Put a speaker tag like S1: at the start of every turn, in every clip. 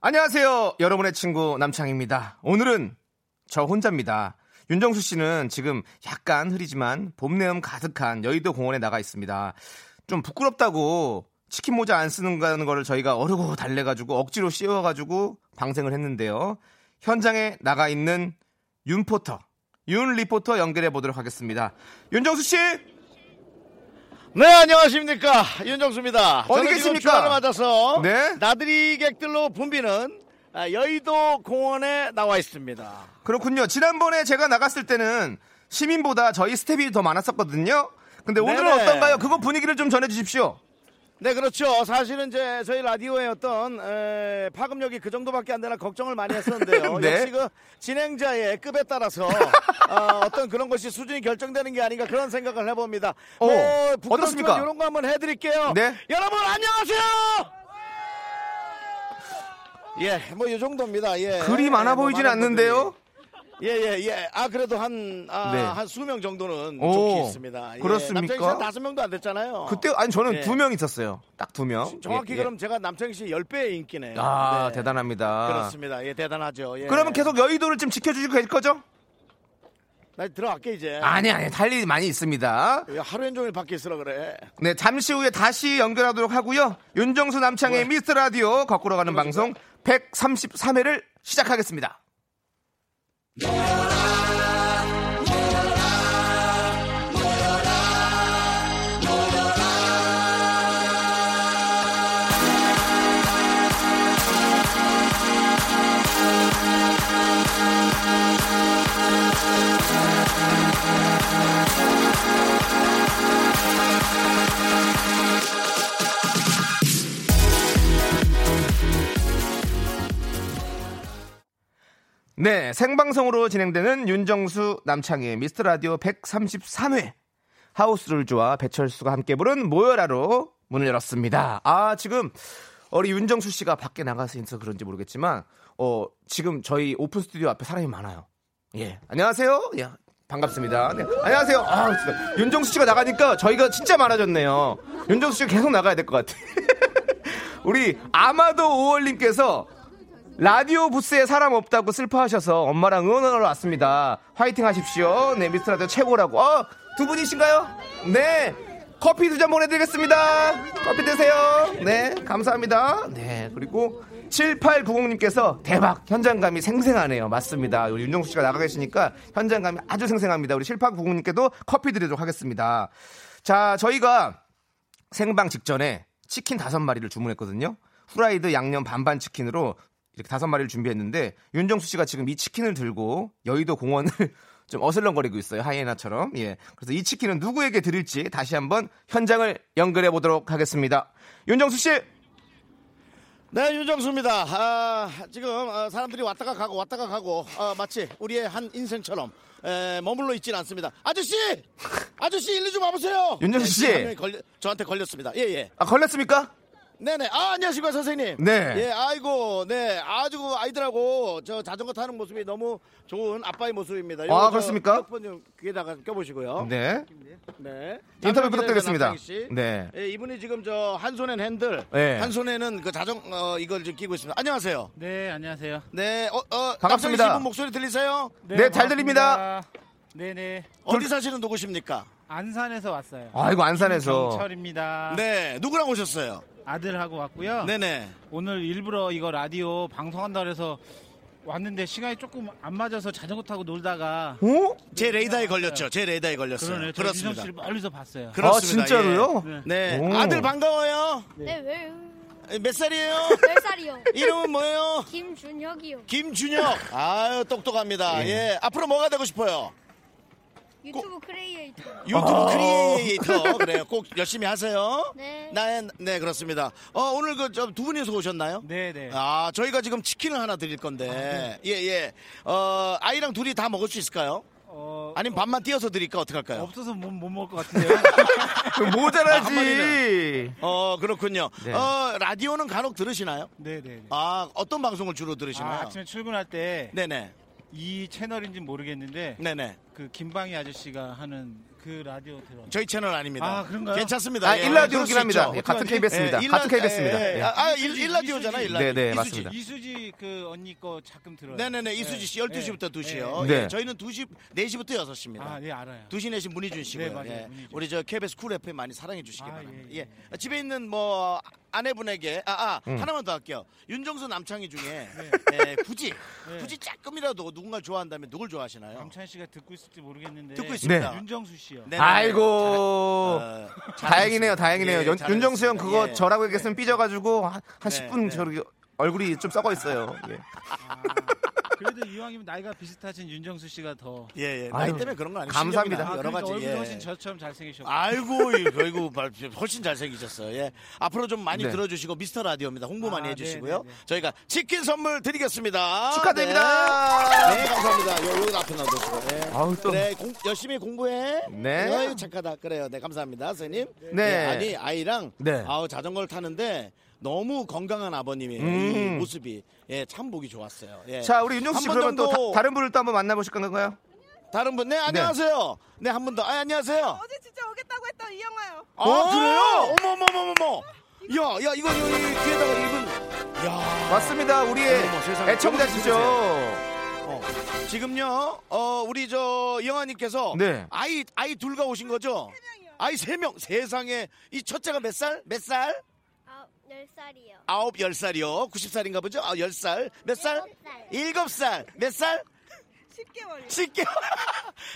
S1: 안녕하세요. 여러분의 친구 남창입니다. 오늘은 저 혼자입니다. 윤정수 씨는 지금 약간 흐리지만 봄내음 가득한 여의도 공원에 나가 있습니다. 좀 부끄럽다고 치킨 모자 안 쓰는 거를 저희가 어르고 달래가지고 억지로 씌워가지고 방생을 했는데요. 현장에 나가 있는 윤 포터, 윤 리포터 연결해 보도록 하겠습니다. 윤정수 씨!
S2: 네, 안녕하십니까. 윤정수입니다.
S1: 어디
S2: 저는 지금
S1: 계십니까?
S2: 주말을 맞아서
S1: 네?
S2: 나들이 객들로 붐비는 아, 여의도 공원에 나와 있습니다.
S1: 그렇군요. 지난번에 제가 나갔을 때는 시민보다 저희 스텝이 더 많았었거든요. 근데 오늘은
S2: 네네.
S1: 어떤가요? 그거 분위기를 좀 전해주십시오.
S2: 네, 그렇죠. 사실은 이제 저희 라디오의 어떤 에, 파급력이 그 정도밖에 안 되나 걱정을 많이 했었는데요.
S1: 네.
S2: 역시 그 진행자의 급에 따라서 어, 떤 그런 것이 수준이 결정되는 게 아닌가 그런 생각을 해봅니다.
S1: 어,
S2: 뭐,
S1: 어떻습니까?
S2: 부끄럽지만 이런 거 한번 해드릴게요.
S1: 네.
S2: 여러분 안녕하세요. 예, 뭐 이 정도입니다. 예.
S1: 네. 글이 많아
S2: 예, 뭐
S1: 보이진
S2: 많은
S1: 않는데요.
S2: 예, 예, 예. 아, 그래도 한, 아,
S1: 네.
S2: 한 수명 정도는
S1: 오,
S2: 좋게 있습니다. 예.
S1: 그렇습니까?
S2: 남창희 씨는 다섯 명도 안 됐잖아요.
S1: 그때 아니 저는
S2: 예.
S1: 두 명 있었어요. 딱 두 명.
S2: 정확히
S1: 예, 예.
S2: 그럼 제가 남창희 씨 10배의 인기네요.
S1: 아
S2: 네.
S1: 대단합니다.
S2: 그렇습니다. 예, 대단하죠. 예.
S1: 그러면 계속 여의도를 좀 지켜주시고 될 거죠?
S2: 나 들어갈게, 이제.
S1: 아니 아니 할 일이 많이 있습니다.
S2: 왜 하루 종일 밖에 있으라 그래.
S1: 네 잠시 후에 다시 연결하도록 하고요. 윤정수
S2: 네.
S1: 남창의 미스터 라디오 거꾸로 가는 방송 133회를 시작하겠습니다. 네, 생방송으로 진행되는 윤정수 남창희의 미스터 라디오 133회 하우스를 좋아 배철수가 함께 부른 모여라로 문을 열었습니다. 아, 지금 우리 윤정수 씨가 밖에 나가서 인서 그런지 모르겠지만 어, 지금 저희 오픈 스튜디오 앞에 사람이 많아요. 예. 안녕하세요. 예. 반갑습니다. 네, 안녕하세요. 아, 진짜. 윤정수 씨가 나가니까 저희가 진짜 많아졌네요. 윤정수 씨가 계속 나가야 될 것 같아. 우리 아마도 5월님께서 라디오 부스에 사람 없다고 슬퍼하셔서 엄마랑 응원하러 왔습니다. 화이팅 하십시오. 네, 미스터 라디오 최고라고. 어, 두 분이신가요? 네. 커피 두 잔 보내드리겠습니다. 커피 드세요. 네, 감사합니다. 네, 그리고 7890님께서 대박 현장감이 생생하네요. 맞습니다. 우리 윤정수 씨가 나가 계시니까 현장감이 아주 생생합니다. 우리 7890님께도 커피 드리도록 하겠습니다. 자, 저희가 생방 직전에 치킨 다섯 마리를 주문했거든요. 후라이드 양념 반반 치킨으로 이렇게 다섯 마리를 준비했는데 윤정수 씨가 지금 이 치킨을 들고 여의도 공원을 좀 어슬렁거리고 있어요 하이에나처럼. 예. 그래서 이 치킨은 누구에게 드릴지 다시 한번 현장을 연결해 보도록 하겠습니다. 윤정수 씨.
S2: 네, 윤정수입니다. 아, 지금 어, 사람들이 왔다가 가고 왔다가 가고 어, 마치 우리의 한 인생처럼 에, 머물러 있지는 않습니다. 아저씨, 아저씨 일리 좀 와보세요.
S1: 윤정수
S2: 네,
S1: 씨.
S2: 지금 한 명이 걸려- 저한테 걸렸습니다. 예, 예.
S1: 아 걸렸습니까?
S2: 네네. 아, 안녕하십니까, 선생님.
S1: 네.
S2: 예, 아이고, 네. 아주 그 아이들하고 저 자전거 타는 모습이 너무 좋은 아빠의 모습입니다. 요거 저
S1: 그렇습니까?
S2: 휴대폰 좀 귀에다가 껴보시고요.
S1: 네.
S2: 네.
S1: 인터뷰
S2: 남편분이랑
S1: 부탁드리겠습니다.
S2: 남편이 씨.
S1: 네.
S2: 예, 이분이 지금 저 한 손엔 핸들,
S1: 네.
S2: 한 손에는 그 자전 어, 이걸 지금 끼고 있습니다. 안녕하세요.
S3: 네, 안녕하세요.
S2: 네. 어, 어,
S1: 반갑습니다.
S2: 남편이 씨분 목소리 들리세요?
S1: 네, 잘 들립니다.
S3: 네, 네.
S2: 어디 사시는 누구십니까?
S3: 안산에서 왔어요.
S1: 아이고 안산에서.
S3: 김철입니다.
S2: 네. 누구랑 오셨어요?
S3: 아. 아들하고 왔고요.
S2: 네네.
S3: 오늘 일부러 이거 라디오 방송한다 그래서 왔는데 시간이 조금 안 맞아서 자전거 타고 놀다가
S1: 오?
S2: 제 레이더에 걸렸죠. 제 레이더에 걸렸어요.
S3: 네, 그러네요. 저 윤정
S2: 그렇습니다.
S3: 씨를 멀리서 봤어요.
S1: 아
S2: 그렇습니다.
S1: 진짜로요?
S2: 예. 네.
S1: 오.
S2: 아들 반가워요.
S4: 네, 왜요?
S2: 몇 살이에요?
S4: 몇 살이요?
S2: 이름은 뭐예요?
S4: 김준혁이요.
S2: 예. 김준혁. 아유, 똑똑합니다. 예. 앞으로 뭐가 되고 싶어요?
S4: 유튜브 크리에이터.
S2: 유튜브 크리에이터 그래요. 꼭 열심히 하세요.
S4: 네.
S2: 네, 네 그렇습니다. 어, 오늘 그 저 두 분이서 오셨나요?
S3: 네네.
S2: 아 저희가 지금 치킨을 하나 드릴 건데 예예 어 아이랑 둘이 다 먹을 수 있을까요?
S3: 어,
S2: 아니면 반만 띄어서 드릴까 어떻게 할까요?
S3: 없어서 못, 못 먹을 것 같은데요.
S1: 모자라지.
S2: 어 그렇군요.
S1: 네.
S2: 어 라디오는 간혹 들으시나요?
S3: 네네네. 아,
S2: 아 어떤 방송을 주로 들으시나요?
S3: 아침에 출근할 때 이
S2: 네네
S3: 채널인지 모르겠는데
S2: 네네
S3: 그 김방희 아저씨가 하는 그 라디오 들어.
S2: 저희 채널 아닙니다.
S3: 아, 그런가요?
S2: 괜찮습니다.
S1: 아,
S2: 예, 그럴 수
S1: 일라디오긴 합니다.
S2: 있죠.
S1: 예, 같은 KBS입니다.
S2: 예, 일라-
S1: 같은 KBS입니다.
S2: 예, 예, 예. 아, 아, 일, 일라디오잖아
S3: 이수지.
S2: 일라디오.
S1: 네, 네,
S2: 이수지.
S1: 맞습니다.
S3: 이수지 그 언니 거 가끔 들어요.
S2: 네네네 이수지 씨 12시부터
S3: 네.
S2: 2시요.
S1: 네.
S2: 예, 저희는 2시 4시부터 6시입니다.
S3: 아,
S5: 예.
S3: 네 알아요.
S2: 두시 내신 문희준 씨고요.
S3: 네, 맞아요.
S2: 예.
S3: 문희준.
S2: 우리 저 KBS 쿨 FM 많이 사랑해 주시기
S3: 아,
S2: 바랍니다.
S3: 예,
S2: 예,
S3: 예.
S2: 집에 있는 뭐 아내분에게 아, 아 하나만 더 할게요. 윤정수 남창희 중에 예, 굳이
S3: 네.
S2: 굳이 조금이라도 누군가를 좋아한다면 누굴 좋아하시나요?
S3: 남찬 씨가 듣고 있을지 모르겠는데.
S2: 어. 듣고 있습니다.
S1: 네.
S3: 윤정수 씨요.
S2: 네, 네, 네.
S1: 아이고.
S2: 잘- 어, 잘하셨습니다.
S1: 다행이네요, 다행이네요.
S2: 예,
S1: 윤- 윤정수 형
S2: 잘하셨습니다.
S1: 그거
S2: 예.
S1: 저라고 얘기했으면 삐져가지고 한, 한
S2: 네,
S1: 10분
S2: 네.
S1: 저렇게 얼굴이 좀 썩어 있어요. 예.
S3: 아, 그래도 이왕이면 나이가 비슷하신 윤정수 씨가 더.
S2: 예, 예. 나이
S1: 아유,
S2: 때문에 그런 거 아니에요.
S1: 감사합니다.
S2: 실력이나 여러
S3: 그러니까
S2: 가지
S3: 얼굴이
S2: 예.
S3: 훨씬 저처럼 잘생기셨고.
S2: 아이고, 이- 아이고, 발- 훨씬 잘생기셨어요. 예. 앞으로 좀 많이
S1: 네.
S2: 들어주시고, 미스터 라디오입니다. 홍보
S3: 아,
S2: 많이
S3: 네,
S2: 해주시고요.
S3: 네, 네.
S2: 저희가 치킨 선물 드리겠습니다.
S1: 축하드립니다.
S2: 네, 네, 감사합니다. 요, 여기 앞에 놔두시고. 네.
S1: 아우, 또.
S2: 그래, 공- 열심히 공부해.
S1: 네.
S2: 어이, 착하다. 그래요. 네, 감사합니다. 선생님. 예,
S1: 네.
S2: 아니, 아이랑,
S1: 네.
S2: 아우, 자전거를 타는데, 너무 건강한 아버님의
S1: 음.
S2: 이 모습이 예, 참 보기 좋았어요. 예.
S1: 네. 자, 우리 윤정수 씨
S2: 한번
S1: 그러면 또
S2: 정도
S1: 다, 른 분을 또 한번 만나보실 건가요?
S2: 다른 분, 네, 안녕하세요. 네, 한 분 더. 아, 안녕하세요.
S6: 어제 진짜 오겠다고 했던 이 영화요.
S2: 아, 그래요? 어머머머머머. 야, 야, 이거, 이거, 이거 뒤에다가 이분. 야.
S1: 맞습니다. 우리의
S2: 어머, 네, 뭐 세상에.
S1: 애청자시죠.
S2: 어. 지금요, 어, 우리 저, 영아님께서.
S1: 네.
S2: 아이, 아이 둘과 오신 거죠?
S6: 명이요.
S2: 아이 세 명. 세상에. 이 첫째가 몇 살? 몇 살?
S4: 아홉 열 살이요.
S2: 아홉, 열 살이요. 구십 살인가 보죠? 아, 열 살. 몇 살?
S4: 일곱 살.
S2: 일곱 살. 몇 살?
S6: 10개월이요.
S2: 쉽게.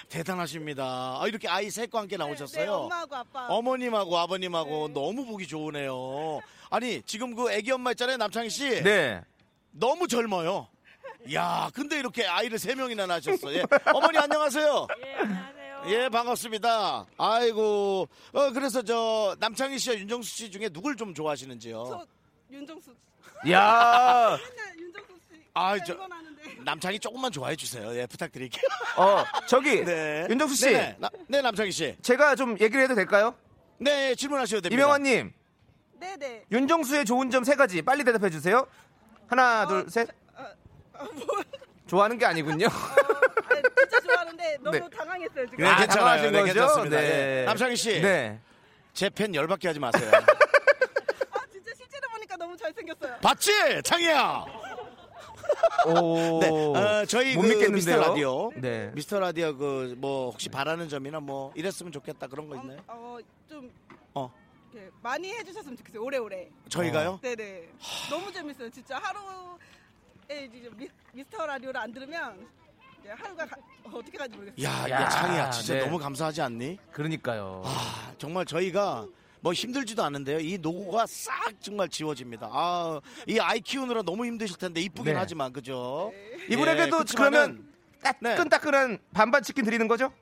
S2: 대단하십니다. 아, 이렇게 아이 셋과 함께 나오셨어요.
S6: 네, 엄마하고 아빠.
S2: 어머님하고
S6: 네.
S2: 아버님하고 너무 보기 좋으네요. 아니 지금 그 애기 엄마 있잖아요 남창희 씨.
S1: 네.
S2: 너무 젊어요. 야, 근데 이렇게 아이를 세 명이나 낳으셨어. 예. 어머니 안녕하세요.
S6: 예, 안녕하세요.
S2: 예, 반갑습니다. 아이고, 어 그래서 저 남창희 씨와 윤정수 씨 중에 누굴 좀 좋아하시는지요?
S6: 저 윤정수 씨.
S1: 야,
S6: 맨날 윤정수 씨.
S2: 아,
S6: 아,
S2: 저-
S6: 저. 이건 하는데.
S2: 남창희 조금만 좋아해 주세요. 예, 부탁드릴게요.
S1: 어, 저기
S2: 네,
S1: 윤정수 씨,
S2: 네네. 나- 네, 남창희 씨.
S1: 제가 좀 얘기를 해도 될까요?
S2: 네, 질문하셔도 됩니다.
S1: 이명환님,
S6: 네네.
S1: 윤정수의 좋은 점 세 가지 빨리 대답해 주세요. 하나,
S6: 어,
S2: 어?
S1: 둘, 셋.
S6: 아, 뭐, 어,
S1: 좋아하는 게 아니군요.
S6: 아니, 진짜 좋아하는데 너무
S1: 네.
S6: 당황했어요 지금.
S2: 네,
S1: 아,
S2: 괜찮아요.
S1: 당황하신
S2: 네,
S1: 거죠?
S2: 괜찮습니다.
S1: 네.
S2: 예. 남창희 씨,
S1: 네.
S2: 제 팬 열받게 하지 마세요.
S6: 아, 진짜 실제로 보니까 너무 잘생겼어요.
S2: 봤지, 창희야.
S1: 오.
S2: 네, 어, 저희
S1: 못
S2: 그
S1: 믿겠는데요.
S2: 미스터 라디오,
S1: 네.
S2: 미스터 라디오 그 뭐 혹시 바라는 점이나 뭐 이랬으면 좋겠다 그런 거 있나요?
S6: 어, 어, 좀
S2: 네. 어,
S6: 이렇게 많이 해주셨으면 좋겠어요. 오래오래.
S2: 저희가요?
S1: 어.
S6: 네네. 너무 재밌어요. 진짜 하루에 이제 미, 미스터 라디오를 안 들으면 이제 하루가 가- 어, 어떻게 가는지 모르겠어요.
S2: 야, 야,
S1: 야,
S2: 창희야, 진짜
S1: 네.
S2: 너무 감사하지 않니?
S1: 그러니까요.
S2: 아, 정말 저희가 뭐 힘들지도 않은데요. 이 노고가 싹 정말 지워집니다. 아, 이 아이 키우느라 너무 힘드실 텐데 이쁘긴
S1: 네.
S2: 하지만 그죠?
S1: 이분에게도
S2: 예,
S1: 그러면
S2: 그치만은 네.
S1: 따끈따끈한 반반 치킨 드리는 거죠?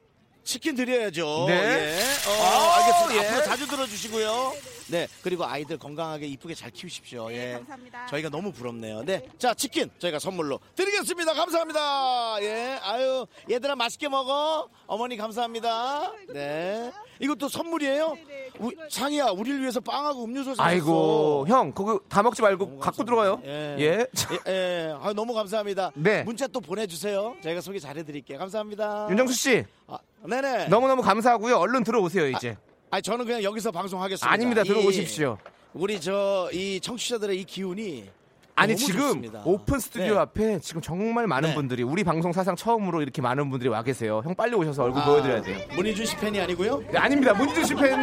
S2: 치킨 드려야죠.
S1: 네.
S2: 예. 어,
S1: 아,
S2: 알겠습니다.
S1: 예.
S2: 앞으로 자주 들어주시고요. 네. 그리고 아이들 건강하게 이쁘게 잘 키우십시오. 예.
S6: 네, 감사합니다.
S2: 저희가 너무 부럽네요. 네. 자, 치킨 저희가 선물로 드리겠습니다. 감사합니다. 예. 아유, 얘들아 맛있게 먹어. 어머니 감사합니다. 네. 이것도 선물이에요?
S6: 네네.
S2: 우, 창이야, 우리를 위해서 빵하고 음료수 사줬어.
S1: 아이고, 형, 그거 다 먹지 말고 갖고 들어가요.
S2: 예.
S1: 예.
S2: 예, 예. 아유, 너무 감사합니다.
S1: 네.
S2: 문자 또 보내주세요. 저희가 소개 잘해드릴게요. 감사합니다.
S1: 윤정수 씨,
S2: 아, 네네.
S1: 너무너무 감사하고요. 얼른 들어오세요, 이제.
S2: 아니 저는 그냥 여기서 방송하겠습니다.
S1: 아, 닙니다
S2: 이-
S1: 들어오십시오.
S2: 우리 저 이 청취자들의 이 기운이
S1: 아니,
S2: 너무
S1: 지금
S2: 좋습니다.
S1: 오픈 스튜디오
S2: 네.
S1: 앞에 지금 정말 많은
S2: 네.
S1: 분들이 우리 방송 사상 처음으로 이렇게 많은 분들이 와 계세요. 형 빨리 오셔서 얼굴
S2: 아,
S1: 보여드려야 돼요.
S2: 문희준 씨 팬이 아니고요.
S1: 네, 아닙니다. 문지주 씨팬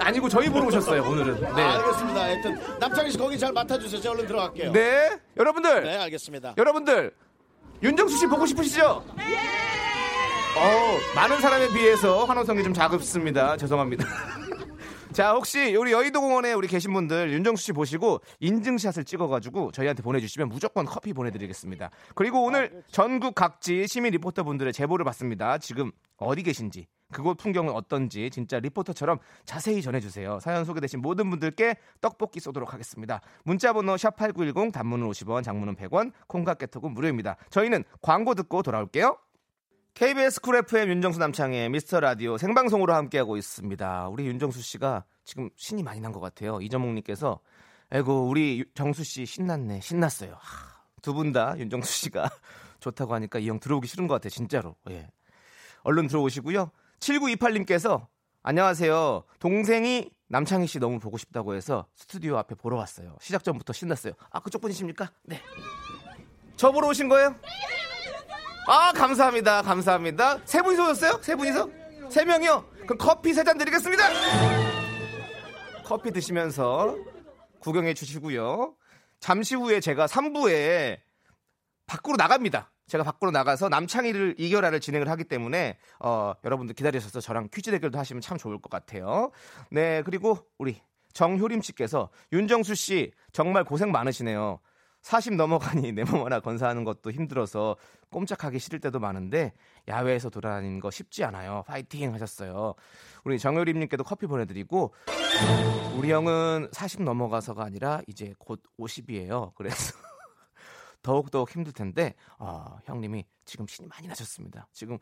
S1: 아니고 저희 보러 오셨어요, 오늘은.
S2: 아,
S1: 네.
S2: 알겠습니다. 하여튼 남창희 씨 거기 잘 맡아주세요. 제가 얼른 들어갈게요.
S1: 네. 여러분들.
S2: 네, 알겠습니다.
S1: 여러분들 윤정수 씨 보고 싶으시죠? 어 많은 사람에 비해서 환호성이 좀 작습니다. 죄송합니다. 자, 혹시 우리 여의도 공원에 우리 계신 분들 윤정수 씨 보시고 인증샷을 찍어가지고 저희한테 보내주시면 무조건 커피 보내드리겠습니다. 그리고 오늘 전국 각지 시민 리포터 분들의 제보를 받습니다. 지금 어디 계신지. 그곳 풍경은 어떤지 진짜 리포터처럼 자세히 전해주세요. 사연 소개되신 모든 분들께 떡볶이 쏘도록 하겠습니다. 문자번호 샵8910 단문은 50원, 장문은 100원, 콩과 깨톡은 무료입니다. 저희는 광고 듣고 돌아올게요. KBS 쿨 FM 윤정수 남창의 미스터 라디오 생방송으로 함께하고 있습니다. 우리 윤정수 씨가 지금 신이 많이 난 것 같아요. 이정옥님께서 에고 우리 유- 정수 씨 신났네 신났어요. 두 분 다 윤정수 씨가 좋다고 하니까 이 형 들어오기 싫은 것 같아 요 진짜로. 예. 얼른 들어오시고요. 7928님께서 안녕하세요. 동생이 남창희 씨 너무 보고 싶다고 해서 스튜디오 앞에 보러 왔어요. 시작 전부터 신났어요. 아 그쪽 분이십니까? 네. 저 보러 오신 거예요? 아 감사합니다 감사합니다 세 분이서 오셨어요? 세 분이서? 세 명이요? 그럼 커피 세 잔 드리겠습니다 커피 드시면서 구경해 주시고요 잠시 후에 제가 3부에 밖으로 나갑니다 제가 밖으로 나가서 남창희를 이겨라를 진행을 하기 때문에 어, 여러분들 기다리셔서 저랑 퀴즈 대결도 하시면 참 좋을 것 같아요 네 그리고 우리 정효림 씨께서 윤정수 씨 정말 고생 많으시네요 40 넘어가니 내 몸 하나 건사하는 것도 힘들어서 꼼짝하기 싫을 때도 많은데 야외에서 돌아다니는 거 쉽지 않아요. 파이팅 하셨어요. 우리 정효림님께도 커피 보내드리고 우리 형은 40 넘어가서가 아니라 이제 곧 50이에요. 그래서 더욱더욱 힘들 텐데 아, 형님이 지금 신이 많이 나셨습니다. 지금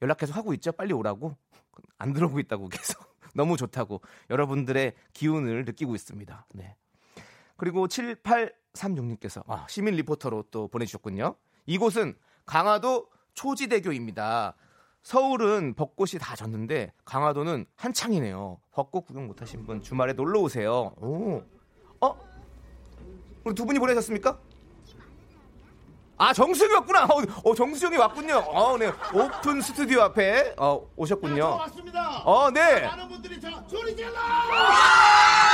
S1: 연락해서 하고 있죠. 빨리 오라고 안 들어오고 있다고 계속 너무 좋다고 여러분들의 기운을 느끼고 있습니다. 네. 그리고 7836님께서 아, 시민 리포터로 또 보내주셨군요. 이곳은 강화도 초지대교입니다. 서울은 벚꽃이 다 졌는데 강화도는 한창이네요. 벚꽃 구경 못하신 분 주말에 놀러 오세요. 오, 어? 우리 두 분이 보내셨습니까? 아 정수영이 왔구나. 어, 어, 정수영이 왔군요. 어, 네 오픈 스튜디오 앞에 어, 오셨군요.
S2: 왔습니다.
S1: 어, 네.
S2: 네, 많은 분들이 저 소리 질러!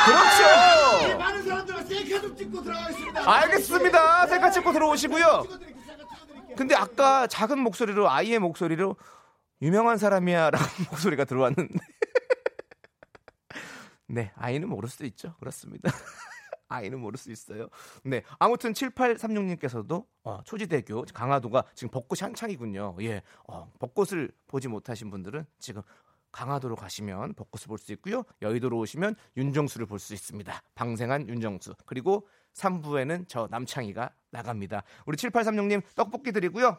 S1: 그렇죠.
S2: 이 많은 사람들과 셀카 좀 찍고 들어가 있습니다.
S1: 알겠습니다. 셀카 찍고 들어오시고요.
S2: 찍어드릴게요. 셀카 찍어드릴게요.
S1: 근데 아까 작은 목소리로 아이의 목소리로 유명한 사람이야라는 목소리가 들어왔는데. 네, 아이는 모를 수도 있죠. 그렇습니다. 아이는 모를 수 있어요. 네. 아무튼 7836님께서도 어, 초지대교 강화도가 지금 벚꽃이 한창이군요. 예. 어, 벚꽃을 보지 못하신 분들은 지금 강화도로 가시면 벚꽃을 볼 수 있고요. 여의도로 오시면 윤정수를 볼 수 있습니다. 방생한 윤정수. 그리고 3부에는 저 남창희가 나갑니다. 우리 7836님 떡볶이 드리고요.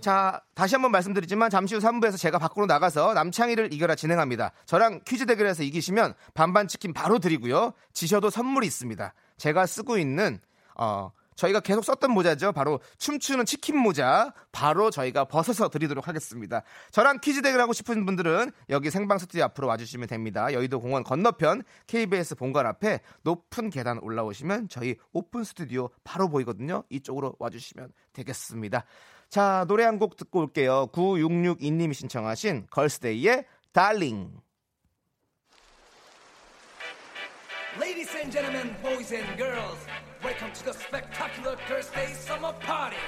S1: 자, 다시 한번 말씀드리지만 잠시 후 3부에서 제가 밖으로 나가서 남창희를 이겨라 진행합니다. 저랑 퀴즈 대결에서 이기시면 반반 치킨 바로 드리고요. 지셔도 선물이 있습니다. 제가 쓰고 있는 어 저희가 계속 썼던 모자죠. 바로 춤추는 치킨 모자. 바로 저희가 벗어서 드리도록 하겠습니다. 저랑 퀴즈 대결하고 싶은 분들은 여기 생방 스튜디오 앞으로 와주시면 됩니다. 여의도 공원 건너편 KBS 본관 앞에 높은 계단 올라오시면 저희 오픈 스튜디오 바로 보이거든요. 이쪽으로 와주시면 되겠습니다. 자, 노래 한 곡 듣고 올게요. 9662님이 신청하신 걸스데이의 달링.
S7: Ladies and gentlemen, boys and girls, welcome to the spectacular Thursday summer party.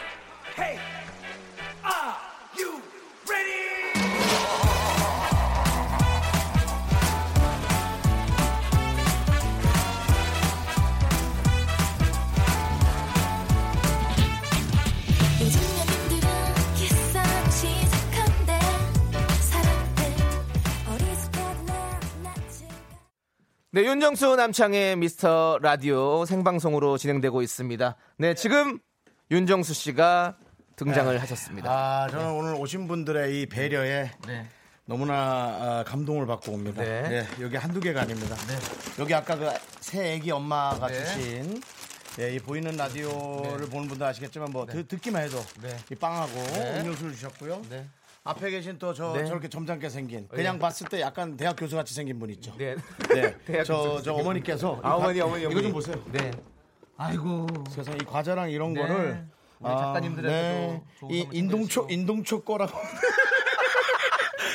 S7: Hey, are you ready?
S8: 요즘 연인들은 키스하고 시작한대 사랑대 어리숙한 나 낮은
S1: 네, 윤정수 남창의 미스터 라디오 생방송으로 진행되고 있습니다. 네, 지금 윤정수 씨가 등장을 하셨습니다.
S2: 아, 저는 오늘 오신 분들의 이 배려에 너무나 아, 감동을 받고 옵니다.
S1: 네.
S2: 예, 여기 한두 개가 아닙니다. 여기 아까 그 새 애기 엄마가
S1: 네.
S2: 주신 예, 이 보이는 라디오를 보는 분들 아시겠지만 뭐
S1: 네.
S2: 듣- 듣기만 해도 이 빵하고 음료수를 주셨고요. 앞에 계신 또 저
S1: 네. 예.
S2: 저렇게 점잖게 생긴 그냥 봤을 때 약간 대학 교수 같이 생긴 분 있죠.
S1: 네.
S2: 네.
S1: 대학
S2: 저,
S1: 교수
S2: 저 어머니께서
S1: 아,
S2: 이 과-
S1: 어머니, 어머니, 어머니.
S2: 이거 좀 보세요.
S1: 네. 아이고.
S2: 세상 이 과자랑 이런 거를 아, 네.
S1: 우리 작가님들한테도 좋은
S2: 이
S1: 선물
S2: 인동초 인동초 거라고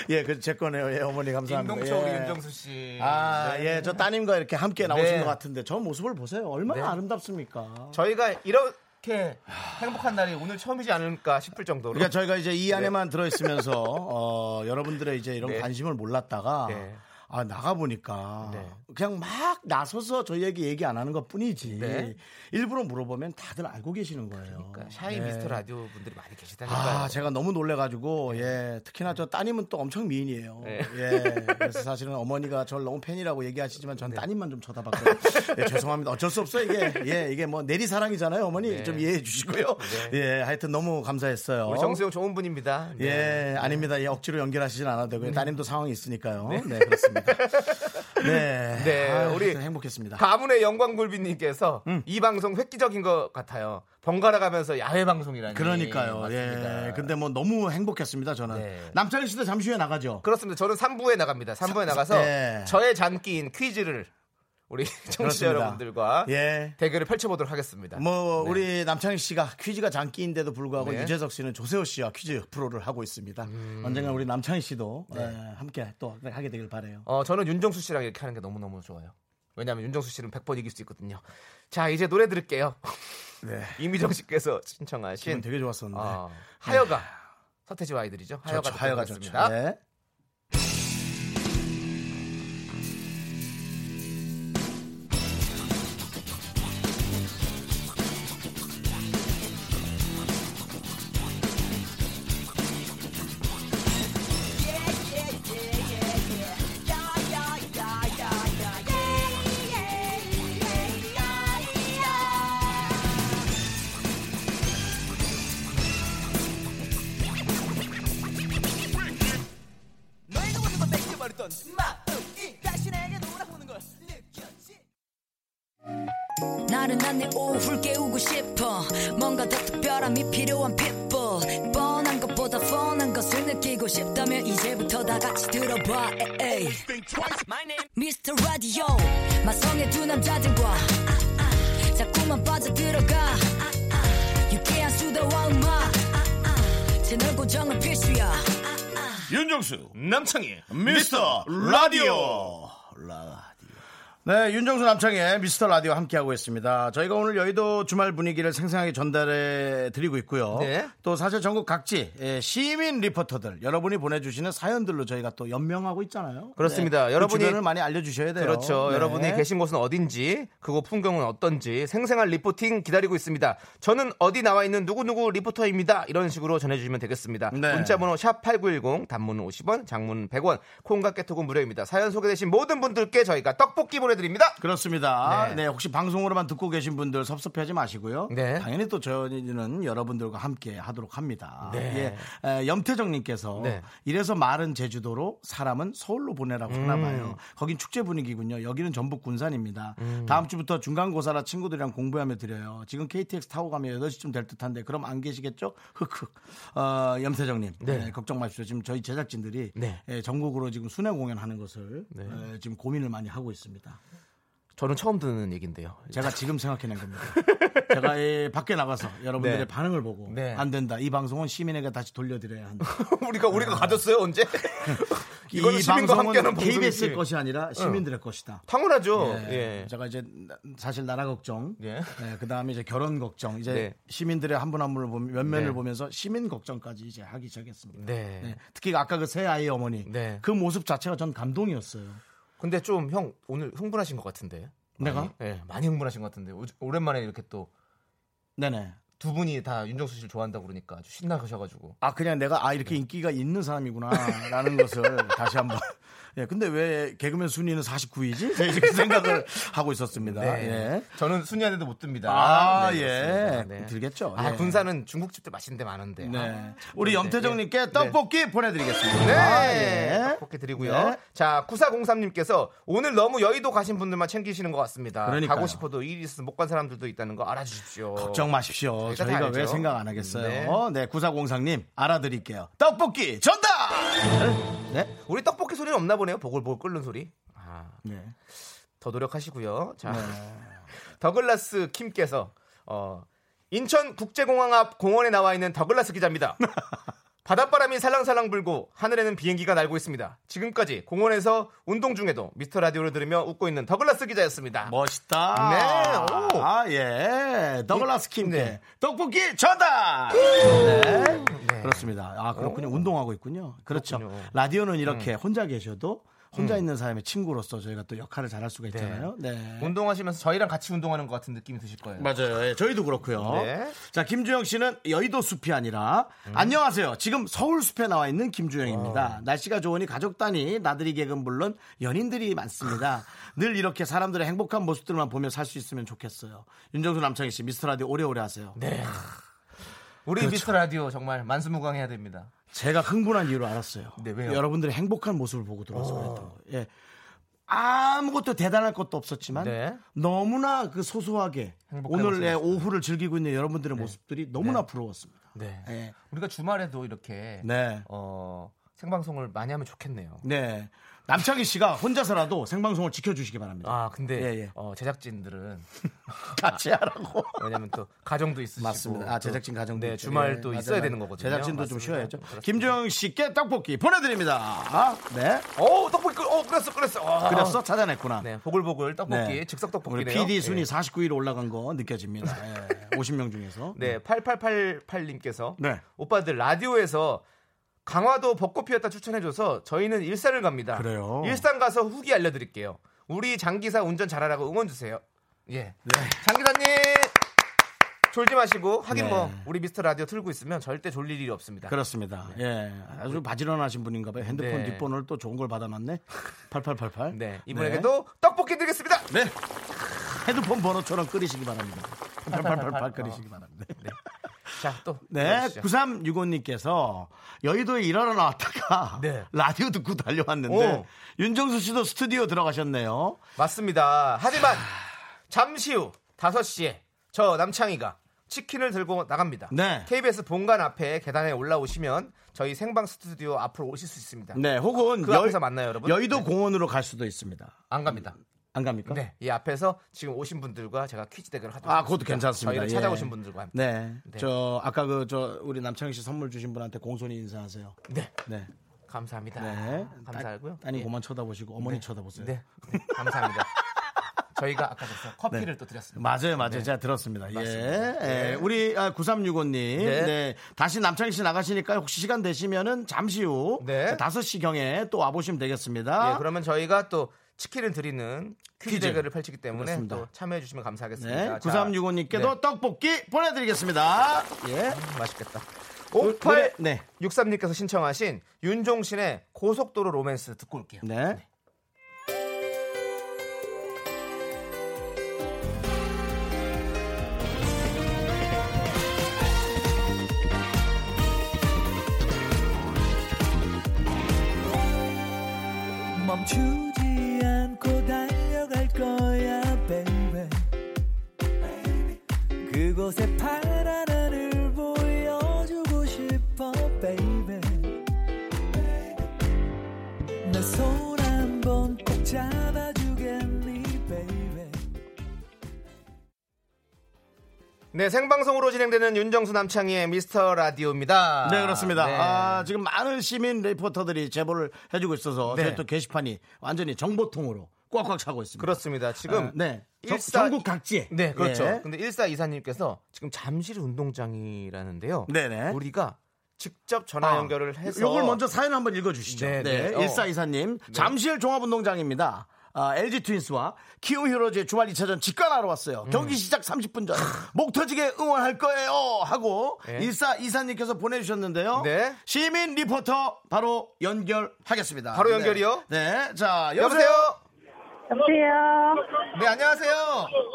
S2: 예, 그 제 거네요. 예, 어머니 감사합니다.
S1: 인동초 우리
S2: 예.
S1: 윤정수 씨.
S2: 아, 예, 저 따님과 이렇게 함께 나오신
S1: 네.
S2: 것 같은데 저 모습을 보세요. 얼마나
S1: 네.
S2: 아름답습니까?
S1: 저희가 이렇게 행복한 날이 오늘 처음이지 않을까 싶을 정도로.
S2: 그러니까 저희가 이제 이 안에만 들어있으면서 어, 여러분들의 이제 이런
S1: 네.
S2: 관심을 몰랐다가
S1: 네.
S2: 아, 나가보니까
S1: 네.
S2: 그냥 막 나서서 저희에게 얘기 안 하는 것 뿐이지
S1: 네.
S2: 일부러 물어보면 다들 알고 계시는 거예요.
S1: 그러니까 샤이
S2: 네.
S1: 미스터 라디오 분들이 많이 계시다니까요.
S2: 아, 제가 너무 놀래가지고, 예. 특히나 저 따님은 또 엄청 미인이에요.
S1: 네.
S2: 예. 그래서 사실은 어머니가 저를 너무 팬이라고 얘기하시지만
S1: 네.
S2: 전 따님만 좀 쳐다봤거든요. 예, 죄송합니다. 어쩔 수 없어요. 이게, 예, 이게 뭐 내리사랑이잖아요. 어머니 좀 이해해 주시고요. 예, 하여튼 너무 감사했어요.
S1: 네. 우리 정수영 좋은 분입니다. 네. 음.
S2: 예, 아닙니다. 예, 억지로 연결하시진 않아도 되고요. 따님도 상황이 있으니까요. 네, 그렇습니다. 네.
S1: 네,
S2: 아,
S1: 우리
S2: 우리 행복했습니다. 음.
S1: 가문의 영광굴비님께서 이 방송 획기적인 것 같아요. 번갈아 가면서 야외 방송이라니.
S2: 그러니까요.
S1: 네, 맞습니다.
S2: 예. 근데 뭐 너무 행복했습니다, 저는.
S1: 네.
S2: 남창희 씨도 잠시 후에 나가죠.
S1: 그렇습니다. 저는 3부에 나갑니다. 3부에 나가서
S2: 네.
S1: 저의 장기인 퀴즈를 우리 청취자
S2: 그렇습니다.
S1: 여러분들과
S2: 예.
S1: 대결을 펼쳐보도록 하겠습니다.
S2: 뭐
S1: 네.
S2: 우리 남창희 씨가 퀴즈가 장기인데도 불구하고
S1: 네. 음.
S2: 유재석 씨는 조세호 씨와 퀴즈 프로를 하고 있습니다. 언젠가 우리 남창희 씨도
S1: 네.
S2: 에, 함께 또 하게 되길 바래요.
S1: 어, 저는 윤정수 씨랑 이렇게 하는 게 너무너무 좋아요. 왜냐하면 윤정수 씨는 100번 이길 수 있거든요. 자, 이제 노래 들을게요.
S2: 네.
S1: 이미정 씨께서
S2: 기분
S1: 신청하신
S2: 되게 좋았었는데.
S1: 어, 하여가 서태지와 아이들이죠. 하여가
S2: 좋죠.
S1: 듣고
S2: 하여가 좋죠.
S1: 오겠습니다.
S2: 네.
S8: 나른한 내 오후를 깨우고 싶어 뭔가 더 특별함이 필요한 people 뻔한 것보다 뻔한 것을 느끼고 싶다면 이제부터 다 같이 들어봐 에이. Mr. Radio 마성의 두 남자들과 자꾸만 빠져들어가 유쾌한 수다와 음악 채널 고정은 필수야
S2: 윤정수 네. 남창희 미스터 라디오 라디오 네 윤정수 남창희 미스터 라디오 함께하고 있습니다 저희가 오늘 여의도 주말 분위기를 생생하게 전달해 드리고 있고요
S1: 네.
S2: 또 사실 전국 각지 예, 시민 리포터들 여러분이 보내주시는 사연들로 저희가 또 연명하고 있잖아요
S1: 그렇습니다.
S2: 그
S1: 여러분이-
S2: 주변을 많이 알려주셔야 돼요
S1: 그렇죠.
S2: 네.
S1: 여러분이 계신 곳은 어딘지, 그곳 풍경은 어떤지 생생한 리포팅 기다리고 있습니다. 저는 어디 나와 있는 누구누구 리포터입니다. 이런 식으로 전해주시면 되겠습니다.
S2: 네.
S1: 문자번호 샵8910, 단문은 50원, 장문은 100원, 콩과 깨톡은 무료입니다. 사연 소개되신 모든 분들께 저희가 떡볶이 보내드립니다.
S2: 그렇습니다.
S1: 네.
S2: 네. 혹시 방송으로만 듣고 계신 분들 섭섭해하지 마시고요.
S1: 네.
S2: 당연히 또 저희는 여러분들과 함께 하도록 합니다.
S1: 네.
S2: 예, 에, 염태정님께서
S1: 네.
S2: 이래서 말은 제주도로 사람은 서울로 보내라고
S1: 음.
S2: 하나봐요. 거긴 축제 분위기군요. 여기는 전북 군산입니다. 다음 주부터 중간고사라 친구들이랑 공부하며 드려요. 지금 KTX 타고 가면 8시쯤 될 듯한데 그럼 안 계시겠죠? 흑흑. 어, 염태정님
S1: 네.
S2: 네, 걱정 마십시오. 지금 저희 제작진들이
S1: 네.
S2: 예, 전국으로 지금 순회 공연하는 것을
S1: 네.
S2: 예, 지금 고민을 많이 하고 있습니다.
S1: 저는 처음 듣는 얘기인데요.
S2: 제가 지금 생각해낸 겁니다. 제가 이 밖에 나가서 여러분들의
S1: 네.
S2: 반응을 보고
S1: 네.
S2: 안 된다. 이 방송은 시민에게 다시 돌려드려야 한다.
S1: 우리가 우리가 가졌어요 언제?
S2: 이
S1: 이거는 시민과
S2: 방송은
S1: 함께하는
S2: KBS의
S1: 방송이지.
S2: 것이 아니라 시민들의 것이다.
S1: 당연하죠.
S2: 예.
S1: 예.
S2: 제가 이제 나- 사실 나라 걱정,
S1: 예.
S2: 그 다음에 이제 결혼 걱정, 이제
S1: 네.
S2: 시민들의 한 분 한 분을 보면 몇 면을
S1: 네.
S2: 보면서 시민 걱정까지 이제 하기 시작했습니다.
S1: 네.
S2: 네. 특히 아까 그 새 아이 어머니
S1: 네.
S2: 그 모습 자체가 전 감동이었어요.
S1: 근데 좀 형 오늘 흥분하신 것 같은데. 많이?
S2: 내가?
S1: 예, 많이 흥분하신 것 같은데. 오- 오랜만에 이렇게 또 두
S2: 네네.
S1: 분이 다 윤정수 씨를 좋아한다고 그러니까 아주 신나가셔가지고.
S2: 아 그냥 내가 아 이렇게 인기가 있는 사람이구나라는 것을 다시 한번 예 근데 왜 개그맨 순위는 49위지 이렇게 생각을 하고 있었습니다
S1: 네.
S2: 예.
S1: 저는 순이한테도 못 듭니다.
S2: 아,
S1: 네,
S2: 예.
S1: 그렇습니다.
S2: 들겠죠.
S1: 아,
S2: 예.
S1: 군산은 중국집들 맛있는 데 많은데.
S2: 네.
S1: 아,
S2: 우리 염태정님께
S1: 네.
S2: 떡볶이 보내드리겠습니다
S1: 네.
S2: 아, 예.
S1: 떡볶이 드리고요.
S2: 네.
S1: 자, 9403님께서 오늘 너무 여의도 가신 분들만 챙기시는 것 같습니다.
S2: 그러니까요.
S1: 가고 싶어도 일이 있어 못 간 사람들도 있다는 거 알아주십시오.
S2: 걱정 마십시오
S1: 일단
S2: 네, 저희가
S1: 알죠.
S2: 왜 생각 안
S1: 네.
S2: 하겠어요 네 구사공상님 알아드릴게요 떡볶이 전달 네,
S1: 우리 떡볶이 소리는 없나 보네요. 보글보글 끓는 소리. 아,
S2: 네.
S1: 더 노력하시고요. 자, 더글라스 킴께서 어, 인천 국제공항 앞 공원에 나와 있는 더글라스 기자입니다. 바닷바람이 살랑살랑 불고 하늘에는 비행기가 날고 있습니다. 지금까지 공원에서 운동 중에도 미스터 라디오를 들으며 웃고 있는 더글라스 기자였습니다.
S2: 멋있다.
S1: 네, 오.
S2: 아, 예. 더글라스 킴.
S1: 네.
S2: 네. 떡볶이 네. 전달! 네. 그렇습니다. 아, 그렇군요. 음. 운동하고 있군요. 그렇죠.
S1: 그렇군요.
S2: 라디오는 이렇게 혼자 계셔도 혼자 있는 사람의 친구로서 저희가 또 역할을 잘할 수가 있잖아요. 네.
S1: 운동하시면서 저희랑 같이 운동하는 것 같은 느낌이 드실 거예요.
S2: 맞아요. 예, 저희도 그렇고요.
S1: 네. 음.
S2: 자, 김주영 씨는 여의도 숲이 아니라 안녕하세요. 지금 서울 숲에 나와 있는
S1: 어.
S2: 김주영입니다. 날씨가 좋으니 가족 단위 나들이 개근 물론 연인들이 많습니다. 늘 이렇게 사람들의 행복한 모습들만 보며 살 수 있으면 좋겠어요. 윤정수 남창희 씨 미스터 라디오 오래오래 하세요.
S1: 네. 우리 미스터 라디오 정말 만수무강해야 됩니다.
S2: 제가 흥분한 이유를 알았어요.
S1: 네, 왜요?
S2: 여러분들의 행복한 모습을 보고 들어와서 그랬던 거예요. 예. 아무것도 대단할 것도 없었지만
S1: 네.
S2: 너무나 그 소소하게
S1: 행복한 네.
S2: 오늘의
S1: 모습이었어요.
S2: 오후를 즐기고 있는 여러분들의 모습들이 너무나 부러웠습니다.
S1: 네.
S2: 예.
S1: 우리가 주말에도 이렇게
S2: 네.
S1: 어, 생방송을 많이 하면 좋겠네요.
S2: 네. 남창희 씨가 혼자서라도 생방송을 지켜주시기 바랍니다.
S1: 아 근데
S2: 예, 예.
S1: 어, 제작진들은 아,
S2: 같이 하라고.
S1: 왜냐면 또 가정도 있으시고
S2: 맞습니다. 아, 제작진 가정도
S1: 네,
S2: 있죠.
S1: 주말
S2: 예,
S1: 또
S2: 맞아요.
S1: 있어야 되는 거거든요.
S2: 제작진도 좀
S1: 맞습니다.
S2: 쉬어야죠.
S1: 그렇습니다.
S2: 김주영 씨께 떡볶이 보내드립니다. 아, 네.
S1: 오 떡볶이 끓- 어 끓였어 끓였어. 와.
S2: 그래서 찾아냈구나.
S1: 네 보글보글 떡볶이
S2: 네.
S1: 즉석
S2: 우리
S1: 떡볶이네요. 예.
S2: PD 순위 49위로 올라간 거 느껴집니다. 예. 50명 중에서.
S1: 네 8888님께서
S2: 네.
S1: 오빠들 라디오에서 강화도 벚꽃 피었다 추천해줘서 저희는 일산을 갑니다.
S2: 그래요?
S1: 일산 가서 후기 알려드릴게요. 우리 장기사 운전 잘하라고 응원 주세요. 예. 장기사님 졸지 마시고 하긴
S2: 네.
S1: 뭐 우리 미스터 라디오 틀고 있으면 절대 졸릴 일이 없습니다.
S2: 그렇습니다. 예. 아주 바지런하신 분인가 봐요. 핸드폰
S1: 네.
S2: 뒷번호를 또 좋은 걸 받아놨네. 8888.
S1: 네 이분에게도 떡볶이 드리겠습니다.
S2: 네. 네. 핸드폰 번호처럼 끓이시기 바랍니다.
S1: 어.
S2: 8888 끓이시기 바랍니다.
S1: 자또
S2: 네, 9365님께서 여의도에 일하러 나왔다가
S1: 네.
S2: 라디오 듣고 달려왔는데
S1: 오.
S2: 윤정수 씨도 스튜디오 들어가셨네요.
S1: 맞습니다. 하지만 잠시 후 5시에 저 남창희가 치킨을 들고 나갑니다.
S2: 네.
S1: KBS 본관 앞에 계단에 올라오시면 저희 생방 스튜디오 앞으로 오실 수 있습니다.
S2: 네, 혹은
S1: 그 앞에서 만나요, 여러분.
S2: 여의도
S1: 네.
S2: 공원으로 갈 수도 있습니다.
S1: 안 갑니다.
S2: 안 갑니까?
S1: 네. 이 앞에서 지금 오신 분들과 제가 퀴즈 대결을 하도록
S2: 그러니까? 아, 그것도
S1: 하겠습니다.
S2: 괜찮습니다.
S1: 저희를
S2: 예.
S1: 찾아오신 분들과 함께.
S2: 네.
S1: 네.
S2: 저 아까 그 저 우리 남창희 씨 선물 주신 분한테 공손히 인사하세요.
S1: 네.
S2: 네.
S1: 감사합니다.
S2: 네.
S1: 감사하고요.
S2: 따님
S1: 예.
S2: 고만 쳐다보시고 어머니 쳐다보세요.
S1: 네. 네. 감사합니다. 저희가 아까 저 커피를
S2: 네.
S1: 또 드렸습니다.
S2: 맞아요, 맞아요. 제가 들었습니다. 예.
S1: 맞습니다.
S2: 예. 우리 아, 9365님. 네.
S1: 네.
S2: 다시 남창희 씨 나가시니까 혹시 시간 되시면은 잠시 후
S1: 네.
S2: 5시경에 또 와보시면 되겠습니다.
S1: 예, 그러면 저희가 또 치킨을 드리는 퀴즈,
S2: 어? 퀴즈.
S1: 대결을 펼치기 때문에
S2: 그렇습니다.
S1: 또 참여해 주시면 감사하겠습니다. 자,
S2: 네. 9365님께도
S1: 네.
S2: 떡볶이 보내드리겠습니다. 예.
S1: 맛있겠다.
S2: 노래-
S1: 58
S2: 네.
S1: 63님께서 신청하신 윤종신의 고속도로 로맨스 듣고 올게요.
S2: 네.
S7: 멈추지 않고 달려갈 거야 baby 그곳에 파란 하늘 보여주고 싶어 baby 내 손 한번 꼭 잡아주겠니 baby
S1: 네, 생방송으로 진행되는 윤정수 남창희의 미스터 라디오입니다.
S2: 네, 그렇습니다.
S1: 네.
S2: 아, 지금 많은 시민 리포터들이 제보를 해주고 있어서
S1: 네.
S2: 저희 또 게시판이 완전히 정보통으로 꽉꽉 차고 있습니다.
S1: 그렇습니다. 지금
S2: 아, 네. 저-
S1: 일사-
S2: 전국 각지에.
S1: 네, 그렇죠.
S2: 예.
S1: 근데 1424님께서 지금 잠실 운동장이라는데요.
S2: 네네.
S1: 우리가 직접 전화 연결을 해서
S2: 아, 요걸 먼저 사연 한번 읽어주시죠. 네,
S1: 네, 네. 어.
S2: 일사이사님 잠실 종합운동장입니다. 아, LG 트윈스와 키움 히어로즈의 주말 2차전 직관하러 왔어요.
S1: 음.
S2: 경기 시작 30분 전. 목 터지게 응원할 거예요. 하고
S1: 네.
S2: 일사이사님께서 보내주셨는데요.
S1: 네.
S2: 시민 리포터 바로 연결하겠습니다.
S1: 바로 연결이요?
S2: 네. 네. 자, 여보세요?
S1: 여보세요?
S9: 여보세요.
S1: 네, 안녕하세요.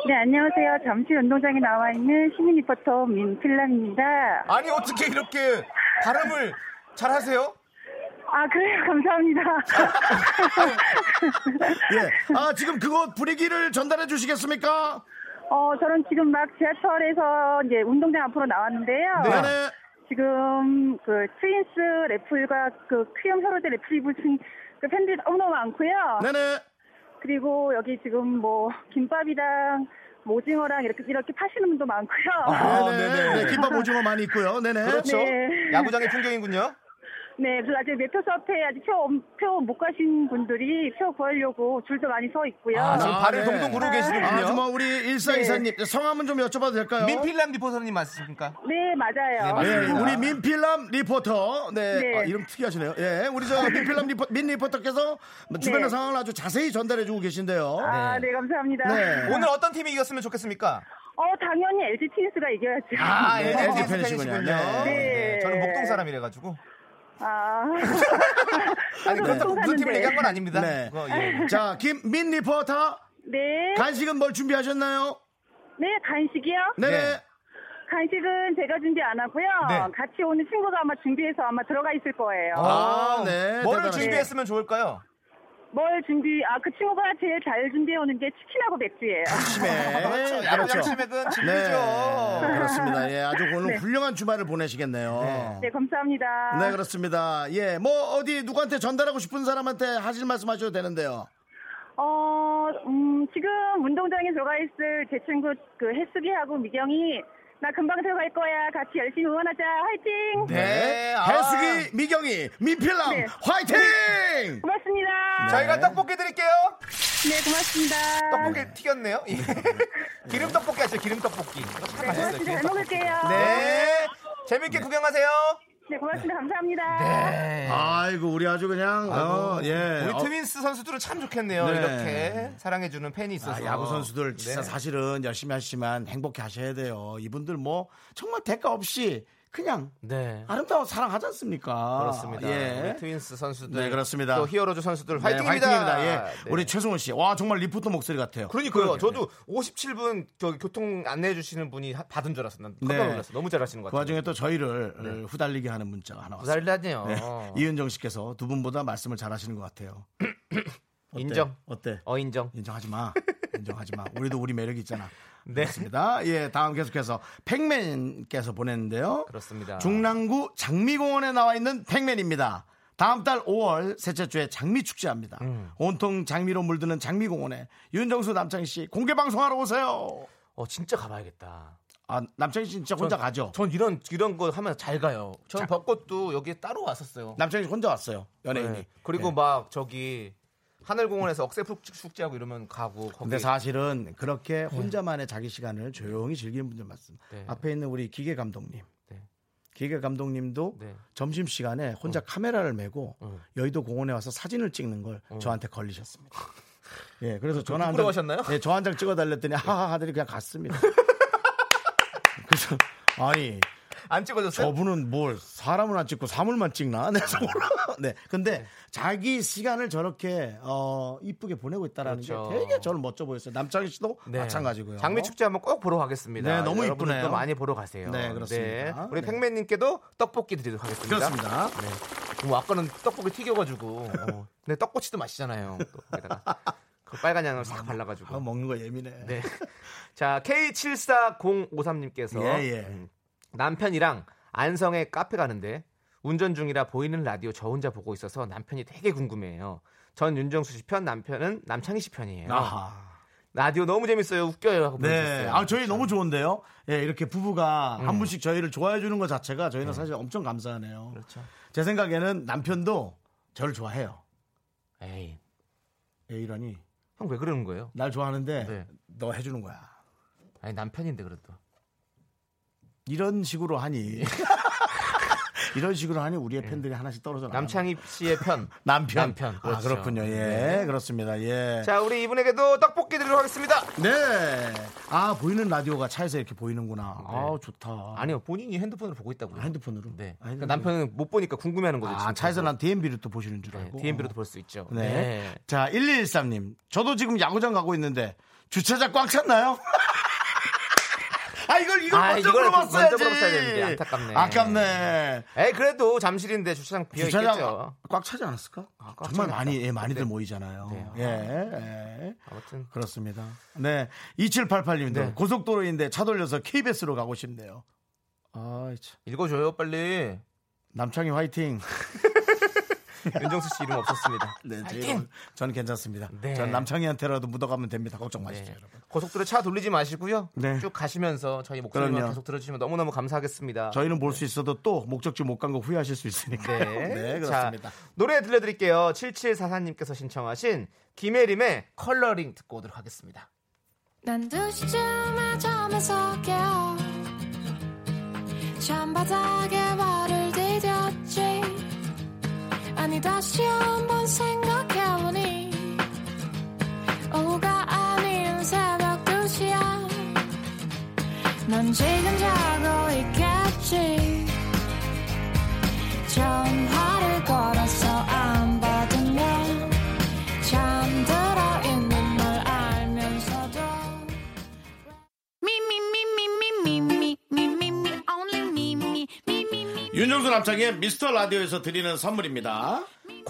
S9: 네, 안녕하세요. 잠실 운동장에 나와 있는 시민 리포터 민필남입니다.
S1: 아니, 어떻게 이렇게 발음을 잘 하세요?
S9: 아, 그래요. 감사합니다.
S2: 네. 예. 아, 지금 그거 분위기를 전달해 주시겠습니까?
S9: 어, 저는 지금 막 지하철에서 이제 운동장 앞으로 나왔는데요.
S2: 네. 네.
S9: 지금 그 트윈스 레플과 그 퀴엄 히어로즈 레플리브 중 그 팬들이 너무너무 많고요.
S2: 네네.
S9: 그리고 여기 지금 뭐 김밥이랑 뭐 오징어랑 이렇게 이렇게 파시는 분도 많고요.
S2: 네. 아, 네네. 네, 김밥 오징어 많이 있고요. 네네.
S1: 네, 그렇죠.
S9: 네.
S1: 야구장의 풍경이군요.
S9: 네, 그래서 아직 매표 서페 아직 표표 못 가신 분들이 표 구하려고 줄도 많이 서 있고요.
S1: 아, 지금 발을 동동 구르고 계시는군요.
S2: 아주 뭐 우리
S9: 네.
S2: 일사 이사님 성함은 좀 여쭤봐도 될까요?
S1: 민필남 리포터님 맞으십니까?
S9: 네, 맞아요.
S2: 네,
S1: 맞습니다.
S2: 우리 민필남 리포터. 네,
S9: 네.
S2: 아, 이름 특이하시네요. 예, 우리 저 민필남 리포, 민 리포터께서 뭐 주변의
S9: 네.
S2: 상황을 아주 자세히 전달해주고 계신데요.
S9: 아, 네, 감사합니다.
S2: 네.
S1: 오늘 어떤 팀이 이겼으면 좋겠습니까?
S9: 어, 당연히 LG 트윈스가 이겨야죠.
S2: 아, 예,
S1: 네,
S2: LG
S1: 팬이시군요.
S2: 팬이시군요.
S1: 네.
S9: 네.
S1: 저는 목동 사람이라가지고.
S9: 아.
S1: 아니,
S9: 저도
S1: 그렇다고
S9: 목동
S1: 무슨 팀을
S9: 사는데.
S1: 얘기한 건 아닙니다.
S2: 네.
S1: 그거, 예.
S2: 자, 김민 리포터
S9: 네.
S2: 간식은 뭘 준비하셨나요?
S9: 네, 간식이요?
S2: 네.
S1: 네.
S9: 간식은 제가 준비 안 하고요.
S1: 네.
S9: 같이 오는 친구가 아마 준비해서 아마 들어가 있을 거예요.
S2: 아, 네.
S1: 뭐를
S2: 대단하시네.
S1: 준비했으면 좋을까요?
S9: 뭘 준비, 아, 그 친구가 제일 잘 준비해 오는 게 치킨하고 맥주예요.
S10: 아.
S2: 심해.
S1: 그렇죠. 야로 양심액은
S2: 네.
S1: 진리죠.
S2: 그렇습니다. 예, 아주 오늘 훌륭한 주말을 보내시겠네요.
S9: 네, 감사합니다.
S2: 네, 그렇습니다. 예, 뭐 어디 누구한테 전달하고 싶은 사람한테 하실 말씀하셔도 되는데요.
S9: 어, 음, 지금 운동장에 들어가 있을 제 친구 그 해수기하고 미경이 나 금방 들어갈 거야. 같이 열심히 응원하자. 화이팅!
S1: 네. 아.
S2: 해수기, 미경이, 민필남,
S9: 네.
S2: 화이팅!
S9: 고맙습니다.
S10: 네.
S1: 저희가 떡볶이 드릴게요.
S9: 네, 고맙습니다.
S1: 떡볶이 튀겼네요. 예. 기름 떡볶이 하죠. 기름 떡볶이. 이거 참
S9: 네,
S1: 맛있어요.
S9: 고맙습니다.
S1: 기름
S9: 잘
S1: 떡볶이.
S9: 먹을게요.
S1: 네. 재밌게 구경하세요.
S9: 네, 고맙습니다. 감사합니다.
S10: 네.
S2: 네. 아이고, 우리 아주 그냥, 어, 예.
S1: 우리
S2: 어,
S1: 트윈스 선수들은 참 좋겠네요.
S2: 네.
S1: 이렇게 사랑해주는 팬이 있어서.
S2: 아, 야구 선수들 진짜
S1: 네.
S2: 사실은 열심히 하시지만 행복해 하셔야 돼요. 이분들 뭐 정말 대가 없이 그냥
S1: 네.
S2: 아름다운 사랑하지 않습니까?
S1: 그렇습니다.
S2: 예.
S1: 우리 트윈스 선수들.
S2: 네, 그렇습니다.
S1: 또 히어로즈 선수들
S2: 네,
S1: 화이팅입니다.
S2: 화이팅입니다. 예.
S1: 네.
S2: 우리 최승훈 씨. 와, 정말 리포터 목소리 같아요.
S1: 그러니까요. 저도 57분 저 교통 안내해 주시는 분이 하- 받은 줄 알았어요. 난 깜짝
S2: 네.
S1: 놀랐어. 너무 잘하시는 것
S2: 그
S1: 같아요.
S2: 와중에 또 저희를
S1: 네.
S2: 어, 후달리게 하는 문자가 하나 왔어요.
S1: 잘하네요.
S2: 네. 이은정 씨께서 두 분보다 말씀을 잘하시는 것 같아요. 어때?
S1: 인정.
S2: 어때?
S1: 어 인정.
S2: 인정하지 마. 인정하지 마. 우리도 우리 매력이 있잖아.
S1: 네.
S2: 그렇습니다. 예, 다음 계속해서 팩맨께서 보냈는데요.
S1: 그렇습니다.
S2: 중랑구 장미공원에 나와 있는 팩맨입니다. 다음 달 5월 셋째 주에 장미 축제합니다.
S1: 음.
S2: 온통 장미로 물드는 장미공원에 윤정수 남창희 씨 공개 방송하러 오세요.
S1: 어 진짜 가봐야겠다.
S2: 아, 남창희 씨 진짜 혼자 가죠?
S1: 전 이런 이런 거 하면 잘 가요. 저는 벚꽃도 여기 따로 왔었어요.
S2: 남창희 씨 혼자 왔어요. 연예인이.
S1: 네. 그리고 막 저기 하늘공원에서 억새 축제하고 이러면 가고. 거기
S2: 근데 사실은 그렇게 혼자만의 자기 시간을 조용히 즐기는 분들 많습니다.
S1: 네.
S2: 앞에 있는 우리 기계 감독님.
S1: 네.
S2: 기계 감독님도
S1: 네. 어.
S2: 점심 시간에 혼자 카메라를 메고 여의도 공원에 와서 사진을 찍는 걸 저한테 걸리셨습니다. 예, 그래서 전화 한 장,
S1: 어. 부끄러워하셨나요?
S2: 예, 저 한 장 찍어 달랬더니 하하 하더니 그냥 갔습니다. 그래서 아니
S1: 안 찍어줬어요?
S2: 저분은 뭘 사람을 안 찍고 사물만 찍나? 네, 저거는. 네. 근데 자기 시간을 저렇게 어 이쁘게 보내고 있다라는
S1: 그렇죠.
S2: 게 되게 저는 멋져 보였어요. 남창희 씨도
S1: 네.
S2: 마찬가지고요.
S1: 장미 축제 한번 꼭 보러 가겠습니다.
S2: 네, 너무
S1: 여러분들도
S2: 이쁘네요.
S1: 많이 보러 가세요.
S2: 네, 그렇습니다.
S1: 우리
S2: 네.
S1: 팽맨님께도 떡볶이 드리도록 하겠습니다.
S2: 그렇습니다.
S1: 네. 뭐 아까는 떡볶이 튀겨가지고, 어. 근데 떡꼬치도 맛있잖아요. 또 거기다가 그 빨간 양을 싹
S2: 아,
S1: 발라가지고.
S2: 먹는 거 예민해.
S1: 네. 자, K74053님께서 음,
S2: 예, 예.
S1: 남편이랑 안성에 카페 가는데 운전 중이라 보이는 라디오 저 혼자 보고 있어서 남편이 되게 궁금해요. 전 윤정수 씨 편, 남편은 남창희 씨 편이에요.
S2: 아하.
S1: 라디오 너무 재밌어요. 웃겨요. 하고
S2: 네.
S1: 보내주셨어요. 음.
S2: 아, 저희 너무 좋은데요. 예, 이렇게 부부가 한 분씩 저희를 좋아해 주는 것 자체가 저희는
S1: 네.
S2: 사실 엄청 감사하네요.
S1: 그렇죠.
S2: 제 생각에는 남편도 저를 좋아해요.
S1: 에이,
S2: 예, 이러니
S1: 형 왜 그러는 거예요?
S2: 날 좋아하는데
S1: 네.
S2: 너 해주는 거야.
S1: 아니 남편인데 그래도.
S2: 이런 식으로 하니 이런 식으로 하니 우리의 팬들이 하나씩 떨어져 나가는
S1: 예. 남창희 씨의 편.
S2: 남편.
S1: 남편.
S2: 아,
S1: 그렇죠.
S2: 그렇군요 예, 그렇습니다. 예.
S1: 자, 우리 이분에게도 떡볶이 드리도록 하겠습니다.
S2: 네. 아, 보이는 라디오가 차에서 이렇게 보이는구나. 아우, 좋다.
S1: 네. 아니요, 본인이 핸드폰으로 보고 있다고요.
S2: 핸드폰으로.
S1: 네.
S2: 아, 핸드폰으로.
S1: 그러니까 남편은 못 보니까 궁금해하는 거죠.
S2: 아,
S1: 지금.
S2: 차에서 난 DMB를 또 보시는 줄
S1: 뭐. 네,
S2: 알고.
S1: DMB로도 볼 수 있죠.
S2: 네. 자, 1213님. 저도 지금 야구장 가고 있는데 주차장 꽉 찼나요? 아, 이걸, 이걸
S1: 아,
S2: 먼저
S1: 이걸
S2: 물어봤어야지.
S1: 먼저 물어봤어야 되는데 안타깝네.
S2: 아깝네.
S1: 에이 그래도 잠실인데 주차장 비어 있겠죠. 아,
S2: 주차장 아. 꽉 차지 않았을까?
S1: 꽉
S2: 정말
S1: 차니까.
S2: 많이 예, 많이들
S1: 네.
S2: 모이잖아요.
S1: 네.
S2: 예, 예.
S1: 아무튼
S2: 그렇습니다. 네, 2788님도
S1: 네.
S2: 고속도로인데 차 돌려서 KBS로 가고 싶네요. 아, 참.
S1: 읽어줘요 빨리.
S2: 남창희 화이팅.
S1: 윤정수 씨 이름 없었습니다.
S2: 네,
S1: 파이팅!
S2: 저는, 저는 괜찮습니다.
S1: 네.
S2: 전 남창희한테라도 묻어가면 됩니다. 걱정 마십시오. 여러분.
S1: 고속도로 차 돌리지 마시고요.
S2: 네.
S1: 쭉 가시면서 저희 목소리만
S2: 그럼요.
S1: 계속 들어주시면 너무너무 감사하겠습니다.
S2: 저희는 볼 수 있어도 또 목적지 못 간 거 후회하실 수 있으니까.
S1: 네.
S2: 네, 그렇습니다.
S1: 자, 노래 들려드릴게요. 7744님께서 신청하신 김혜림의 컬러링 듣고 오도록 하겠습니다.
S11: 난 2시쯤에 잠에서 깨어 잠바닥에 발을 디뎠지 아니 다시 한번 생각해보니 오후가 아닌 새벽 2시야 넌 지금 자고 있겠지 전화를 걸어서 안 받으면 잠들어 있는 걸 알면서도
S2: 윤정수 남창의 미스터 라디오에서 드리는 선물입니다.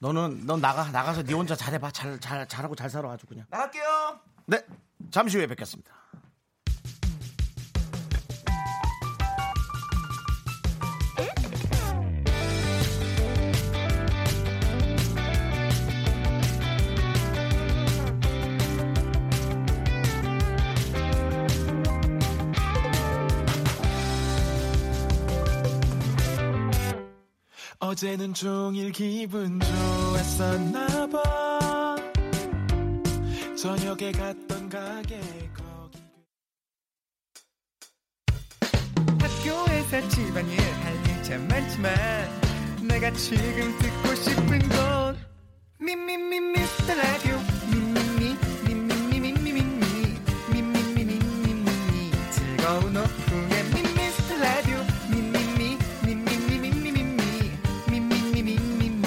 S2: 너는 넌 나가 나가서 네 혼자 잘해 봐. 잘 잘 잘하고 잘 살아 아주 그냥.
S1: 나갈게요.
S2: 네. 잠시 후에 뵙겠습니다.
S12: 어제는 종일 기분 좋았었나 봐 저녁에 갔던 가게 거기
S13: 학교에서 집안일 할 일 참 많지만 내가 지금 듣고 싶은 건 미미미 미스터 라디오 미미미 미미미 미미미 미미미 미미미 즐거운 오후에 미스터 라디오 미미미 미미미 미미미 미미미 미미미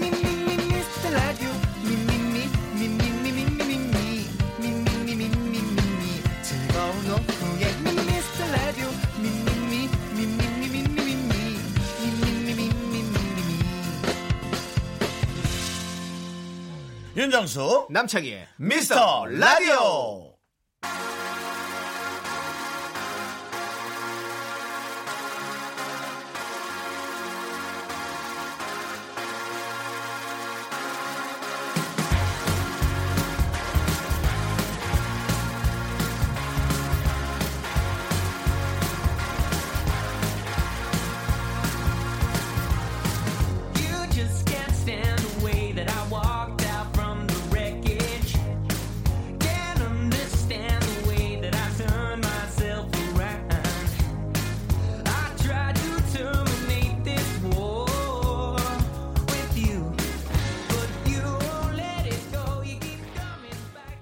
S13: 미미미 미스터 라디오 미미미 미미미 미미미 미미미 미미미 즐거운 오후에 미스터 라디오 미미미 미미미 미미미 미미미 미미미
S2: 윤정수
S1: 남창희의
S2: 미스터 라디오.
S14: You just can't stand the way that I walked out from the wreckage. Can't understand the way that I turned myself around. I tried to terminate this war with you, but you won't let it go. You keep coming back.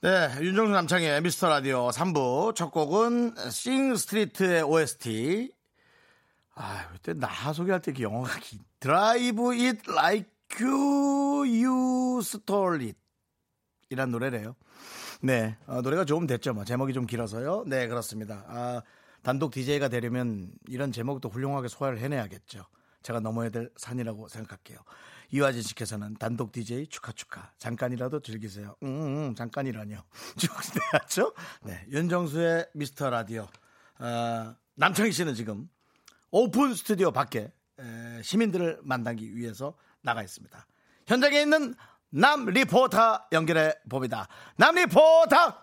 S2: 네, 윤정수 남창의 미스터 라디오 3부 첫 곡은 싱 스트리트의 OST. 아, 그때 나 소개할 때 이렇게 영어가 긴. 드라이브 잇 라이크 유 스톨릿 이란 노래래요. 네, 어, 노래가 조금 됐죠. 뭐 제목이 좀 길어서요. 네, 그렇습니다. 아, 단독 DJ가 되려면 이런 제목도 훌륭하게 소화를 해내야겠죠. 제가 넘어야 될 산이라고 생각할게요. 이화진 씨께서는 단독 DJ 축하 축하. 잠깐이라도 즐기세요. 음, 음 잠깐이라뇨. 축하해야죠. 네, 윤정수의 미스터 라디오. 어, 남창희 씨는 지금 오픈 스튜디오 밖에 에, 시민들을 만나기 위해서 나가 있습니다. 현장에 있는 남 리포터 연결해 봅니다. 남 리포터.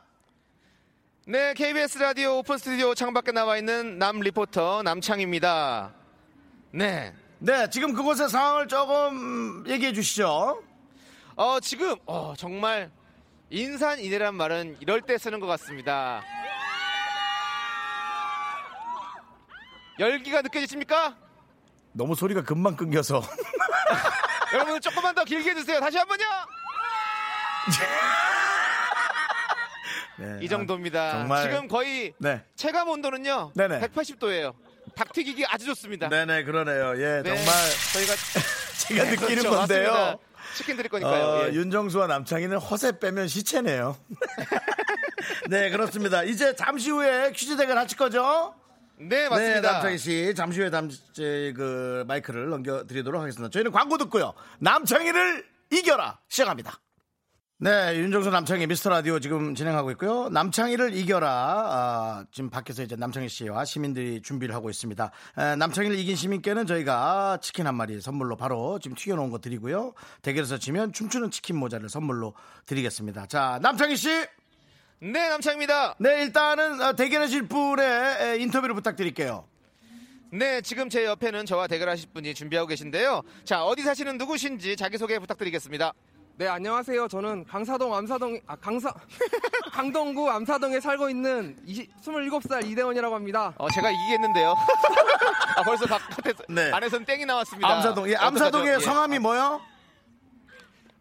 S1: 네, KBS 라디오 오픈 스튜디오 창밖에 나와 있는 남 리포터 남창입니다. 네.
S2: 네, 지금 그곳의 상황을 조금 얘기해 주시죠.
S1: 어, 지금 어, 정말 인산이대란 말은 이럴 때 쓰는 것 같습니다. 열기가 느껴지십니까?
S2: 너무 소리가 금방 끊겨서
S1: 여러분 조금만 더 길게 해주세요. 다시 한 번요.
S2: 네,
S1: 이 정도입니다.
S2: 아, 정말
S1: 지금 거의
S2: 네.
S1: 체감 온도는요.
S2: 네네.
S1: 180도예요. 닭튀기기 아주 좋습니다.
S2: 네네 그러네요. 예
S1: 네,
S2: 정말
S1: 저희가
S2: 제가
S1: 네,
S2: 느끼는
S1: 그렇죠.
S2: 건데요.
S1: 맞습니다. 치킨 드릴 거니까요.
S2: 어,
S1: 예.
S2: 윤정수와 남창희는 허세 빼면 시체네요. 네 그렇습니다. 이제 잠시 후에 퀴즈 대결 하실 거죠?
S1: 네 맞습니다.
S2: 남창희 씨 잠시 후에 담, 제, 그 마이크를 넘겨드리도록 하겠습니다. 저희는 광고 듣고요. 남창희를 이겨라 시작합니다. 네, 윤정수 남창희 미스터 라디오 지금 진행하고 있고요. 남창희를 이겨라. 아, 지금 밖에서 이제 남창희 씨와 시민들이 준비를 하고 있습니다. 에, 남창희를 이긴 시민께는 저희가 치킨 한 마리 선물로 바로 지금 튀겨놓은 거 드리고요. 대결에서 지면 춤추는 치킨 모자를 선물로 드리겠습니다. 자, 남창희 씨.
S1: 네, 남창입니다.
S2: 네, 일단은 어, 대결하실 분의 에, 인터뷰를 부탁드릴게요.
S1: 네, 지금 제 옆에는 저와 대결하실 분이 준비하고 계신데요. 자, 어디 사시는 누구신지 자기소개 부탁드리겠습니다.
S10: 네, 안녕하세요. 저는 강사동 암사동 아 강사 강동구 암사동에 살고 있는 20, 27살 이대원이라고 합니다.
S1: 어, 제가 이기겠는데요. 아, 벌써 바깥에서, 안에서는 땡이 나왔습니다.
S2: 네. 암사동, 예, 암사동의
S1: 어떡하죠?
S2: 성함이 뭐요?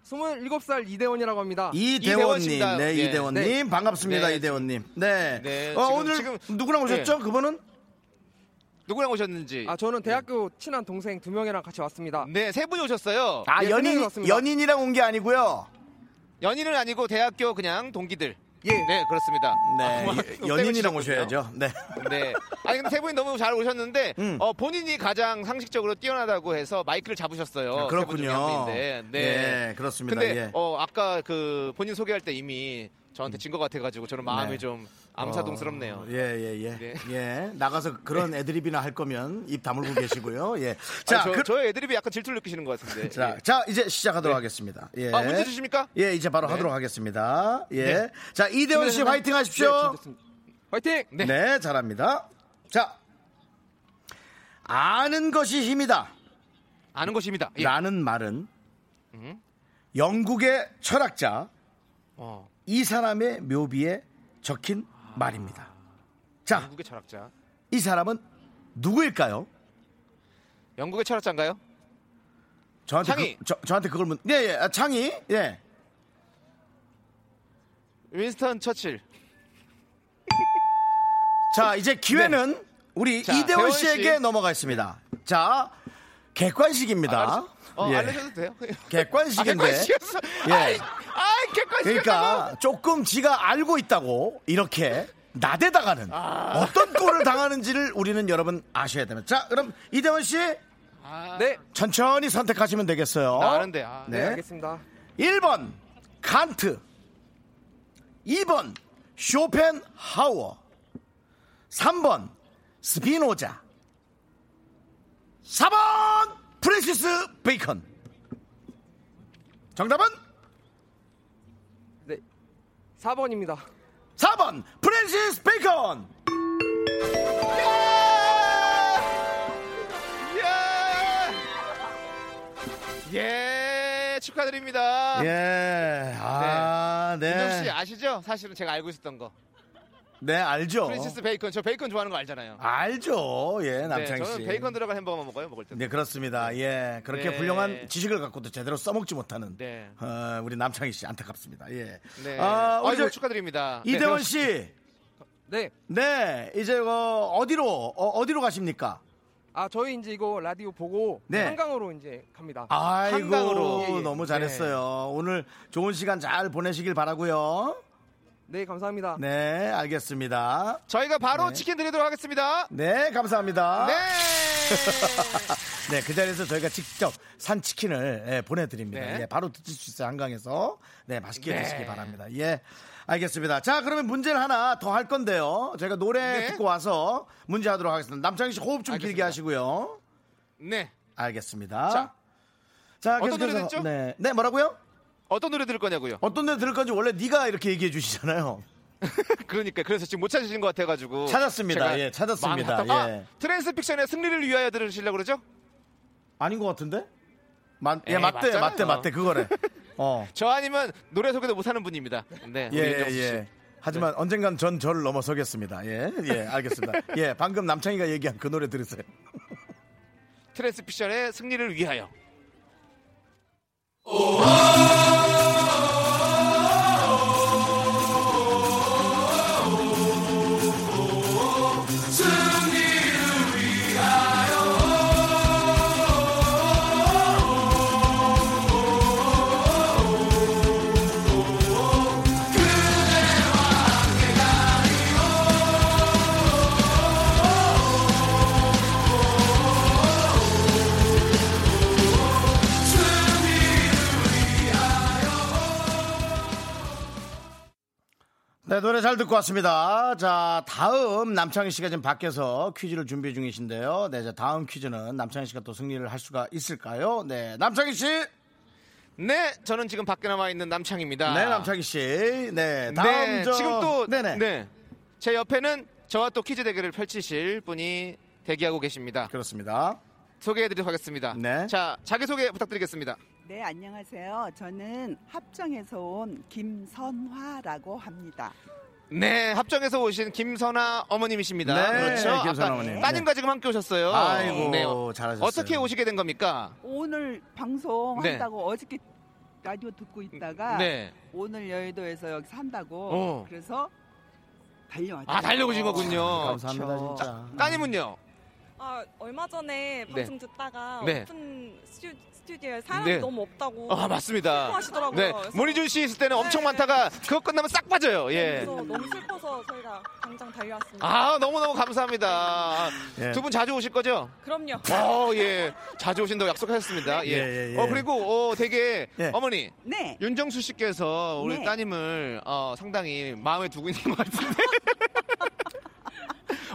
S10: 27살 이대원이라고 합니다.
S2: 이대원님, 네,
S10: 예.
S2: 이대원님
S10: 네.
S2: 반갑습니다,
S10: 네.
S2: 이대원님. 네,
S10: 네,
S2: 어,
S10: 지금-
S2: 오늘
S10: 지금-
S2: 누구랑 오셨죠?
S10: 네.
S2: 그분은
S1: 누구랑 오셨는지.
S10: 아, 저는 대학교 친한 동생 두 명이랑 같이 왔습니다.
S1: 네, 세 분이 오셨어요.
S2: 아 연인 연인이랑 온 게 아니고요.
S1: 연인은 아니고 대학교 그냥 동기들. 네, 그렇습니다.
S2: 예. 네,
S1: 아,
S2: 예, 연인이랑
S1: 때문이셨군요.
S2: 오셔야죠. 네,
S1: 네. 아니 근데 세 분이 너무 잘 오셨는데
S2: 음.
S1: 어, 본인이 가장 상식적으로 뛰어나다고 해서 마이크를 잡으셨어요. 세분 중에 한
S2: 아, 그렇군요.
S1: 분인데. 네.
S2: 예, 그렇습니다.
S1: 근데
S2: 예.
S1: 어, 아까 그 본인 소개할 때 이미 저한테 진 것 같아가지고 저는 마음이
S2: 네.
S1: 좀 암사동스럽네요.
S2: 어, 예, 예, 예.
S1: 네.
S2: 예, 나가서 그런 애드립이나 할 거면 입 다물고 계시고요. 예,
S1: 자,
S2: 자,
S1: 저,
S2: 그-
S1: 저의 애드립이 약간 질투를 느끼시는 것 같은데. 예.
S2: 자, 자, 이제 시작하도록 하겠습니다. 예.
S1: 아, 문제 주십니까?
S2: 예, 이제 바로
S1: 네.
S2: 하도록 하겠습니다. 예,
S1: 네.
S2: 자, 이대원 씨
S10: 준비됐나요?
S2: 화이팅 하십시오.
S10: 네, 준비됐습니다. 화이팅!
S2: 네. 잘합니다. 자, 아는 것이 힘이다.
S1: 아는 것이 힘이다. 예.
S2: 라는 말은
S1: 음?
S2: 영국의 철학자
S1: 어, 아.
S2: 이 사람의 묘비에 적힌 말입니다. 자,
S1: 영국의 철학자.
S2: 이 사람은 누구일까요?
S1: 영국의 철학자인가요?
S2: 저한테
S1: 창희.
S2: 그, 저, 저한테 그걸 문. 예, 예, 아, 창희. 예.
S1: 윈스턴 처칠.
S2: 자, 이제 기회는 우리
S1: 네. 자,
S2: 이대원
S1: 대원 씨.
S2: 씨에게 넘어가 있습니다. 자, 객관식입니다.
S1: 어,
S2: 예.
S1: 알려줘도 돼요?
S2: 객관식인데.
S1: 아, 객관식이었어.
S2: 예.
S1: 아이, 아이, 객관식.
S2: 그러니까 조금 지가 알고 있다고 이렇게 나대다가는
S1: 아.
S2: 어떤 꼴을 당하는지를 우리는 여러분 아셔야 됩니다. 자, 그럼 이대원 씨
S10: 네.
S2: 천천히 선택하시면 되겠어요.
S10: 나 아는데,
S1: 아,
S10: 네, 알겠습니다.
S2: 1번 칸트 2번 쇼펜하우어 3번 스피노자 4번 프랜시스 베이컨 정답은
S10: 4번입니다.
S2: 4번 프랜시스 베이컨
S1: 예, 축하드립니다.
S2: 예. 아, 네.
S1: 윤정 씨 아시죠? 사실은 제가 알고 있었던 거.
S2: 네, 알죠.
S1: 프랜시스 베이컨. 저 베이컨 좋아하는 거 알잖아요.
S2: 알죠. 예, 남창희
S1: 네,
S2: 씨.
S1: 저는 베이컨 들어간 햄버거만 먹어요. 먹을 때.
S2: 네 그렇습니다. 예 그렇게
S1: 네.
S2: 훌륭한 지식을 갖고도 제대로 써먹지 못하는
S1: 네.
S2: 어, 우리 남창희 씨 안타깝습니다. 예.
S1: 네.
S2: 아, 우리
S1: 아이고,
S2: 저-
S1: 축하드립니다.
S2: 이대원
S1: 네,
S2: 씨.
S10: 네.
S2: 네 이제 어, 어디로 어, 디로 가십니까?
S10: 아, 저희 이제 이거 라디오 보고
S2: 네.
S10: 한강으로 이제 갑니다.
S2: 아이고
S10: 한강으로. 예, 예.
S2: 너무
S10: 네.
S2: 잘했어요. 오늘 좋은 시간 잘 보내시길 바라고요.
S15: 네, 감사합니다.
S2: 네, 알겠습니다.
S5: 저희가 바로 치킨 드리도록 하겠습니다.
S2: 네, 감사합니다.
S5: 네.
S2: 네, 그 자리에서 저희가 직접 산 치킨을 예, 보내드립니다.
S5: 네.
S2: 예, 바로 드실 수 있어요, 한강에서. 네, 맛있게
S5: 네.
S2: 드시기 바랍니다. 예, 알겠습니다. 자, 그러면 문제를 하나 더 할 건데요. 저희가 노래
S5: 네.
S2: 듣고 와서 문제 하도록 하겠습니다. 남창희 씨 호흡 좀 길게 하시고요.
S5: 네.
S2: 알겠습니다.
S5: 자.
S2: 자,
S5: 어떤
S2: 계속해서-
S5: 노래 듣죠?
S2: 네. 네, 뭐라고요?
S5: 어떤 노래 들을 거냐고요?
S2: 어떤 데 들을 건지 원래 네가 이렇게 얘기해 주시잖아요.
S5: 그러니까 그래서 지금 못 찾으신 것 같아가지고
S2: 찾았습니다.
S5: 제가
S2: 예, 찾았습니다.
S5: 망했던- 아,
S2: 예.
S5: 트랜스픽션의 승리를 위하여 들으시려고 그러죠?
S2: 아닌 것 같은데? 맞, 예,
S5: 에이,
S2: 맞대,
S5: 네, 맞잖아요.
S2: 맞대, 맞대. 그거래. 어.
S5: 저 아니면 노래 소개도 못하는 분입니다. 네, 우리
S2: 예,
S5: 윤정수
S2: 예,
S5: 씨. 네.
S2: 예. 하지만 언젠간 전 저를 넘어서겠습니다. 예, 예, 알겠습니다. 예, 방금 남창희가 얘기한 그 노래 들으세요.
S5: 트랜스픽션의 승리를 위하여.
S2: 네, 노래 잘 듣고 왔습니다. 자, 다음 남창희 씨가 지금 밖에서 퀴즈를 준비 중이신데요. 네, 자, 다음 퀴즈는 남창희 씨가 또 승리를 할 수가 있을까요? 네, 남창희 씨.
S5: 네, 저는 지금 밖에 나와 있는 남창입니다.
S2: 네, 남창희 씨. 네, 다음
S5: 네,
S2: 저-
S5: 지금 또
S2: 네네.
S5: 네. 제 옆에는 저와 또 퀴즈 대결을 펼치실 분이 대기하고 계십니다.
S2: 그렇습니다.
S5: 소개해드리도록 하겠습니다.
S2: 네.
S5: 자, 자기소개 부탁드리겠습니다.
S16: 네, 안녕하세요. 저는 합정에서 온 김선화라고 합니다.
S5: 네, 합정에서 오신 김선아 어머님이십니다.
S2: 네,
S5: 그렇죠.
S2: 김선아
S5: 아까
S2: 어머님. 네.
S5: 따님과 지금 함께 오셨어요.
S2: 아이고,
S5: 네,
S2: 잘하셨어요.
S5: 어떻게 오시게 된 겁니까?
S16: 오늘 방송
S5: 네.
S16: 한다고 어저께 라디오 듣고 있다가
S5: 네.
S16: 오늘 여의도에서 여기서 한다고
S5: 어.
S16: 그래서 달려왔죠.
S5: 아, 달려오신 거군요.
S2: 감사합니다, 진짜.
S5: 자, 따님은요?
S1: 아, 얼마 전에 방송 듣다가
S5: 네.
S1: 오픈 스튜, 스튜디오에 사람이
S5: 네.
S1: 너무 없다고
S5: 아, 맞습니다.
S1: 슬퍼하시더라고요.
S5: 네.
S1: 그래서 네.
S5: 문희준 씨 있을 때는 엄청 많다가 그거 끝나면 싹 빠져요. 예.
S1: 그래서 너무 슬퍼서 저희가 당장 달려왔습니다.
S5: 아, 너무너무 감사합니다.
S2: 예.
S5: 두 분 자주 오실 거죠?
S1: 그럼요.
S5: 어, 예. 자주 오신다고 약속하셨습니다. 예.
S1: 예, 예, 예.
S5: 어, 그리고, 어, 되게,
S1: 예.
S5: 어머니.
S16: 네.
S5: 윤정수 씨께서 우리
S16: 네.
S5: 따님을, 어, 상당히 마음에 두고 있는 것 같은데.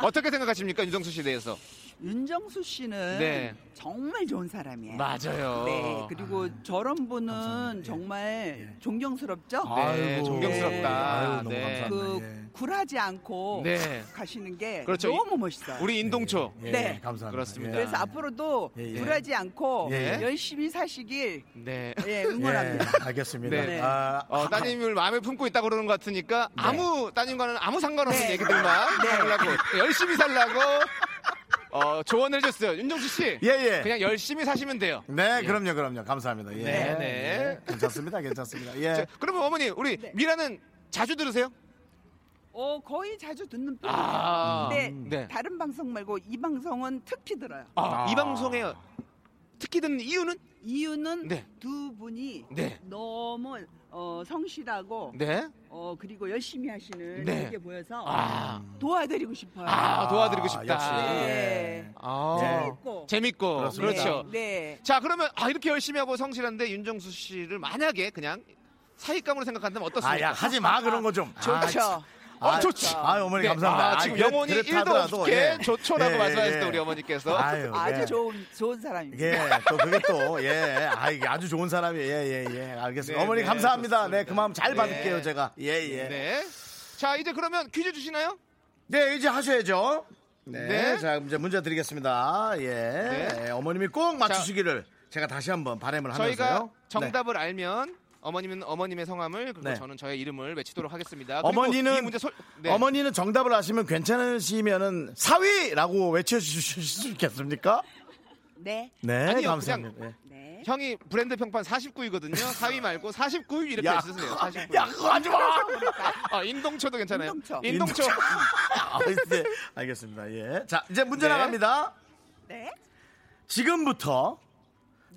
S5: 어떻게 생각하십니까, 윤정수 씨에 대해서?
S16: 윤정수 씨는
S5: 네. 어.
S16: 정말 좋은 사람이에요.
S5: 맞아요. 예.
S16: 네, 그리고 저런 분은 정말 존경스럽죠.
S5: 네, 존경스럽다.
S16: 네.
S5: 아유, 너무 네. 감사합니다.
S16: 그
S2: 예.
S16: 굴하지 않고
S5: 네.
S16: 가시는 게
S5: 그렇죠.
S16: 너무
S5: 이-
S16: 멋있어요.
S5: 우리 인동초.
S16: 예, 네. 예,
S2: 감사합니다.
S5: 그렇습니다.
S16: 그래서 앞으로도
S5: 예, 예.
S16: 굴하지 않고
S5: 예.
S16: 열심히 사시길
S5: 네.
S16: 예, 응원합니다.
S2: 예, 알겠습니다.
S5: 네.
S2: 아,
S5: 어, 따님을 마음에 품고 있다고 그러는 것 같으니까 아무 따님과는 아무 상관없는 얘기들만 하려고 열심히 살라고 어, 조언을 해줬어요. 윤정수 씨.
S2: 예, 예.
S5: 그냥 열심히 사시면 돼요.
S2: 네, 그럼요, 그럼요. 감사합니다. 예.
S5: 네, 네.
S2: 예, 괜찮습니다, 괜찮습니다. 예.
S5: 자, 그러면 어머니 우리 미라는 자주 들으세요?
S16: 어, 거의 자주 듣는 편이에요.
S5: 아,
S16: 근데
S5: 음, 네.
S16: 다른 방송 말고 이 방송은 특히 들어요.
S5: 아, 이 방송에 특히 듣는 이유는?
S16: 이유는
S5: 네.
S16: 두 분이
S5: 네.
S16: 너무 어, 성실하고
S5: 네.
S16: 어, 그리고 열심히 하시는
S5: 네.
S16: 게 보여서
S5: 아.
S16: 도와드리고 싶어요.
S5: 아, 도와드리고 싶다.
S16: 역시.
S2: 예.
S16: 네.
S5: 아,
S2: 어,
S16: 재밌고.
S5: 재밌고.
S16: 네,
S5: 그렇죠.
S16: 네.
S5: 자, 그러면 아, 이렇게 열심히 하고 성실한데 윤정수 씨를 만약에 그냥 사익감으로 생각한다면 어떻습니까?
S2: 아, 야, 하지 마, 그런 거 좀.
S5: 좋죠.
S2: 아,
S5: 어,
S2: 아,
S5: 좋지.
S2: 아유, 어머니
S5: 네.
S2: 감사합니다.
S5: 아, 지금
S2: 아이, 그렇-
S5: 영혼이 일도
S2: 그렇다더라도,
S5: 없게
S2: 예.
S5: 좋죠라고
S2: 예,
S5: 말씀하셨다
S2: 예.
S5: 우리 어머니께서.
S2: 아유,
S16: 아주
S2: 예.
S16: 좋은 좋은 사람입니다.
S2: 예, 또 그게 또, 예, 아, 이게 아주 좋은 사람이에요. 예, 예, 예. 알겠습니다.
S5: 네,
S2: 어머니
S5: 네,
S2: 감사합니다. 네, 그 마음 잘
S5: 네.
S2: 받을게요, 제가. 예, 예.
S5: 네. 자, 이제 그러면 퀴즈 주시나요?
S2: 네, 이제 하셔야죠. 네.
S5: 네.
S2: 자, 이제 문제 드리겠습니다. 예. 예, 어머님이 꼭 맞추시기를 제가 다시 한번 바람을 하면서요.
S5: 저희가
S2: 네.
S5: 정답을 알면 어머님은 어머님의 성함을 그리고
S2: 네.
S5: 저는 저의 이름을 외치도록 하겠습니다. 그리고 이
S2: 어머니는
S5: 문제 솔- 네.
S2: 어머니는 정답을 아시면 괜찮으시면은 사위라고 외쳐 주실 수 있겠습니까?
S16: 네.
S2: 네,
S5: 아니요,
S2: 감사합니다.
S5: 그냥
S2: 예.
S5: 형이 브랜드 평판 49위거든요. 4위 말고 49위 이렇게
S2: 야,
S5: 해주세요. 49위.
S2: 예. 야, 그거 하지 마!
S5: 아, 인동초도 괜찮아요. 인동초.
S2: 아, 네, 알겠습니다. 예. 자, 이제 문제
S5: 네.
S2: 나갑니다.
S16: 네.
S2: 지금부터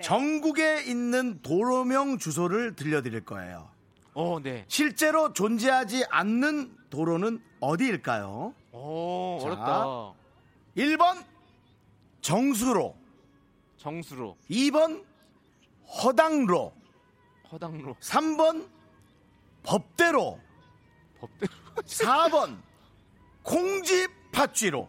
S2: 전국에 있는 도로명 주소를 들려드릴 거예요.
S3: 어, 네.
S2: 실제로 존재하지 않는 도로는 어디일까요?
S3: 오,
S2: 자,
S3: 어렵다.
S2: 1번 정수로,
S3: 정수로,
S2: 2번 허당로,
S3: 허당로,
S2: 3번 법대로,
S3: 법대로.
S2: 4번 공지 팥쥐로.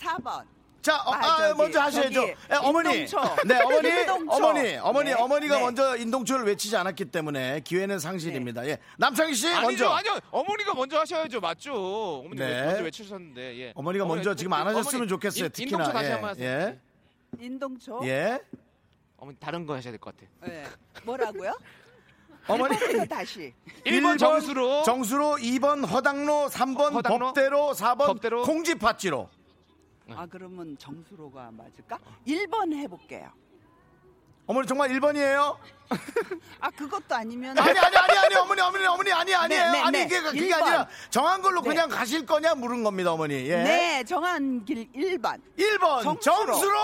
S16: 4번.
S2: 자, 어,
S16: 아,
S2: 아,
S16: 저기,
S2: 먼저 하셔야죠.
S16: 저기,
S2: 예, 어머니.
S16: 인동초.
S2: 네, 어머니.
S16: 인동초.
S2: 어머니. 어머니.
S16: 네,
S2: 어머니가
S16: 네.
S2: 먼저 인동초를 외치지 않았기 때문에 기회는 상실입니다.
S16: 네.
S2: 예. 남창희 씨 먼저.
S5: 아니죠, 아니요. 어머니가 먼저 하셔야죠. 맞죠. 어머니
S2: 네.
S5: 먼저 외치셨는데. 예.
S2: 어머니가
S5: 어머니,
S2: 먼저 지금 안
S5: 어머니,
S2: 하셨으면
S5: 어머니,
S2: 좋겠어요.
S5: 인-
S2: 특히나.
S5: 인동초 다시
S2: 예,
S5: 한번 하세요.
S2: 예.
S16: 인동초.
S2: 예.
S3: 어머니 다른 거 하셔야 될 것 같아.
S16: 네. 뭐라고요?
S2: 어머니.
S16: 일본부터 다시.
S2: 일 번 정수로 2번 허당로, 3번
S16: 허당로,
S2: 법대로, 4번 공지 팥쥐로.
S16: 아 그러면 정수로가 맞을까? 1번 해볼게요.
S2: 어머니 정말 1번이에요?
S16: 아 그것도 아니면
S2: 아니 아니 아니 아니 어머니 어머니 어머니 아니 아니에요.
S16: 네, 네,
S2: 아니
S16: 네.
S2: 이게 그게
S16: 일 번.
S2: 아니라 정한 걸로
S16: 네.
S2: 그냥 가실 거냐 물은 겁니다, 어머니. 예.
S16: 네 정한 길 1번.
S2: 1번 정수로.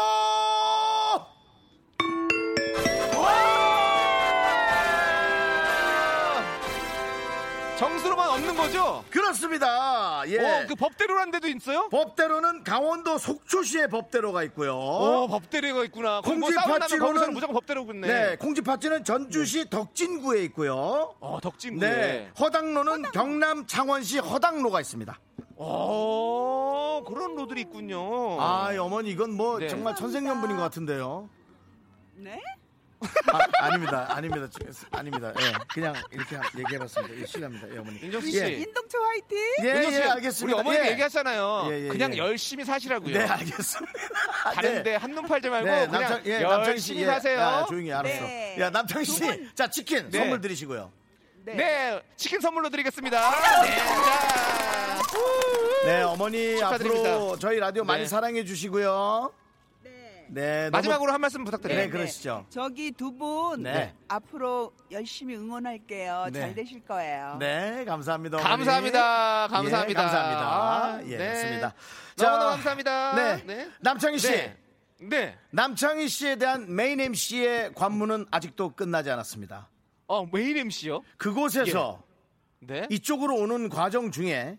S5: 정수로만 없는 거죠?
S2: 그렇습니다. 예.
S5: 어, 그 법대로란 데도 있어요?
S2: 법대로는 강원도 속초시의 법대로가 있고요.
S5: 오, 어, 법대로가 있구나. 그럼 뭐 싸움 나면 거기서는 무조건 법대로겠네.
S2: 네, 콩지팥지는 전주시 덕진구에 있고요.
S5: 어, 덕진구에.
S2: 네, 허당로는 경남 창원시 허당로가 있습니다.
S5: 오, 어, 그런 로들이 있군요.
S2: 아, 어머니 이건 뭐
S5: 네.
S2: 정말 천생연분인 것 같은데요.
S16: 네?
S2: 아, 닙니다 아닙니다, 죄송- 아닙니다. 예, 그냥 이렇게 얘기해봤습니다. 예, 실례합니다, 예, 어머니.
S5: 인정 씨.
S2: 예.
S16: 네. 인동초 화이팅.
S2: 예,
S5: 윤정 씨,
S2: 예, 알겠습니다.
S5: 우리 어머니가
S2: 예.
S5: 얘기하잖아요.
S2: 예, 예,
S5: 그냥
S2: 예.
S5: 열심히 사시라고요.
S2: 네, 알겠습니다.
S5: 다른데
S2: 네.
S5: 한눈 팔지 말고
S2: 네,
S5: 그냥
S2: 남창, 예, 남창희 씨,
S5: 열심히
S2: 예.
S5: 사세요.
S2: 아, 조용히 해, 알았어.
S5: 네.
S2: 야, 남창희 씨,
S5: 두 분.
S2: 자 치킨
S5: 네.
S2: 선물 드리시고요.
S5: 네. 치킨 선물로 드리겠습니다.
S2: 아,
S5: 네, 자.
S2: 네, 어머니
S5: 축하드립니다.
S2: 앞으로 저희 라디오 많이
S5: 네.
S2: 사랑해 주시고요. 네. 너무-
S5: 마지막으로 한 말씀 부탁드려요.
S2: 네, 그러시죠.
S16: 저기 두 분
S2: 네.
S16: 앞으로 열심히 응원할게요.
S2: 네.
S16: 잘 되실 거예요.
S2: 네, 감사합니다. 어머니.
S5: 감사합니다.
S2: 예,
S5: 감사합니다.
S2: 감사합니다. 예,
S5: 네.
S2: 좋습니다.
S5: 너무너무 감사합니다.
S2: 네.
S5: 네.
S2: 남창희 씨.
S5: 네. 네.
S2: 남창희 씨에 대한 메인 MC의 관문은 아직도 끝나지 않았습니다.
S5: 어, 메인 MC요?
S2: 그곳에서
S5: 네.
S2: 이쪽으로 오는 과정 중에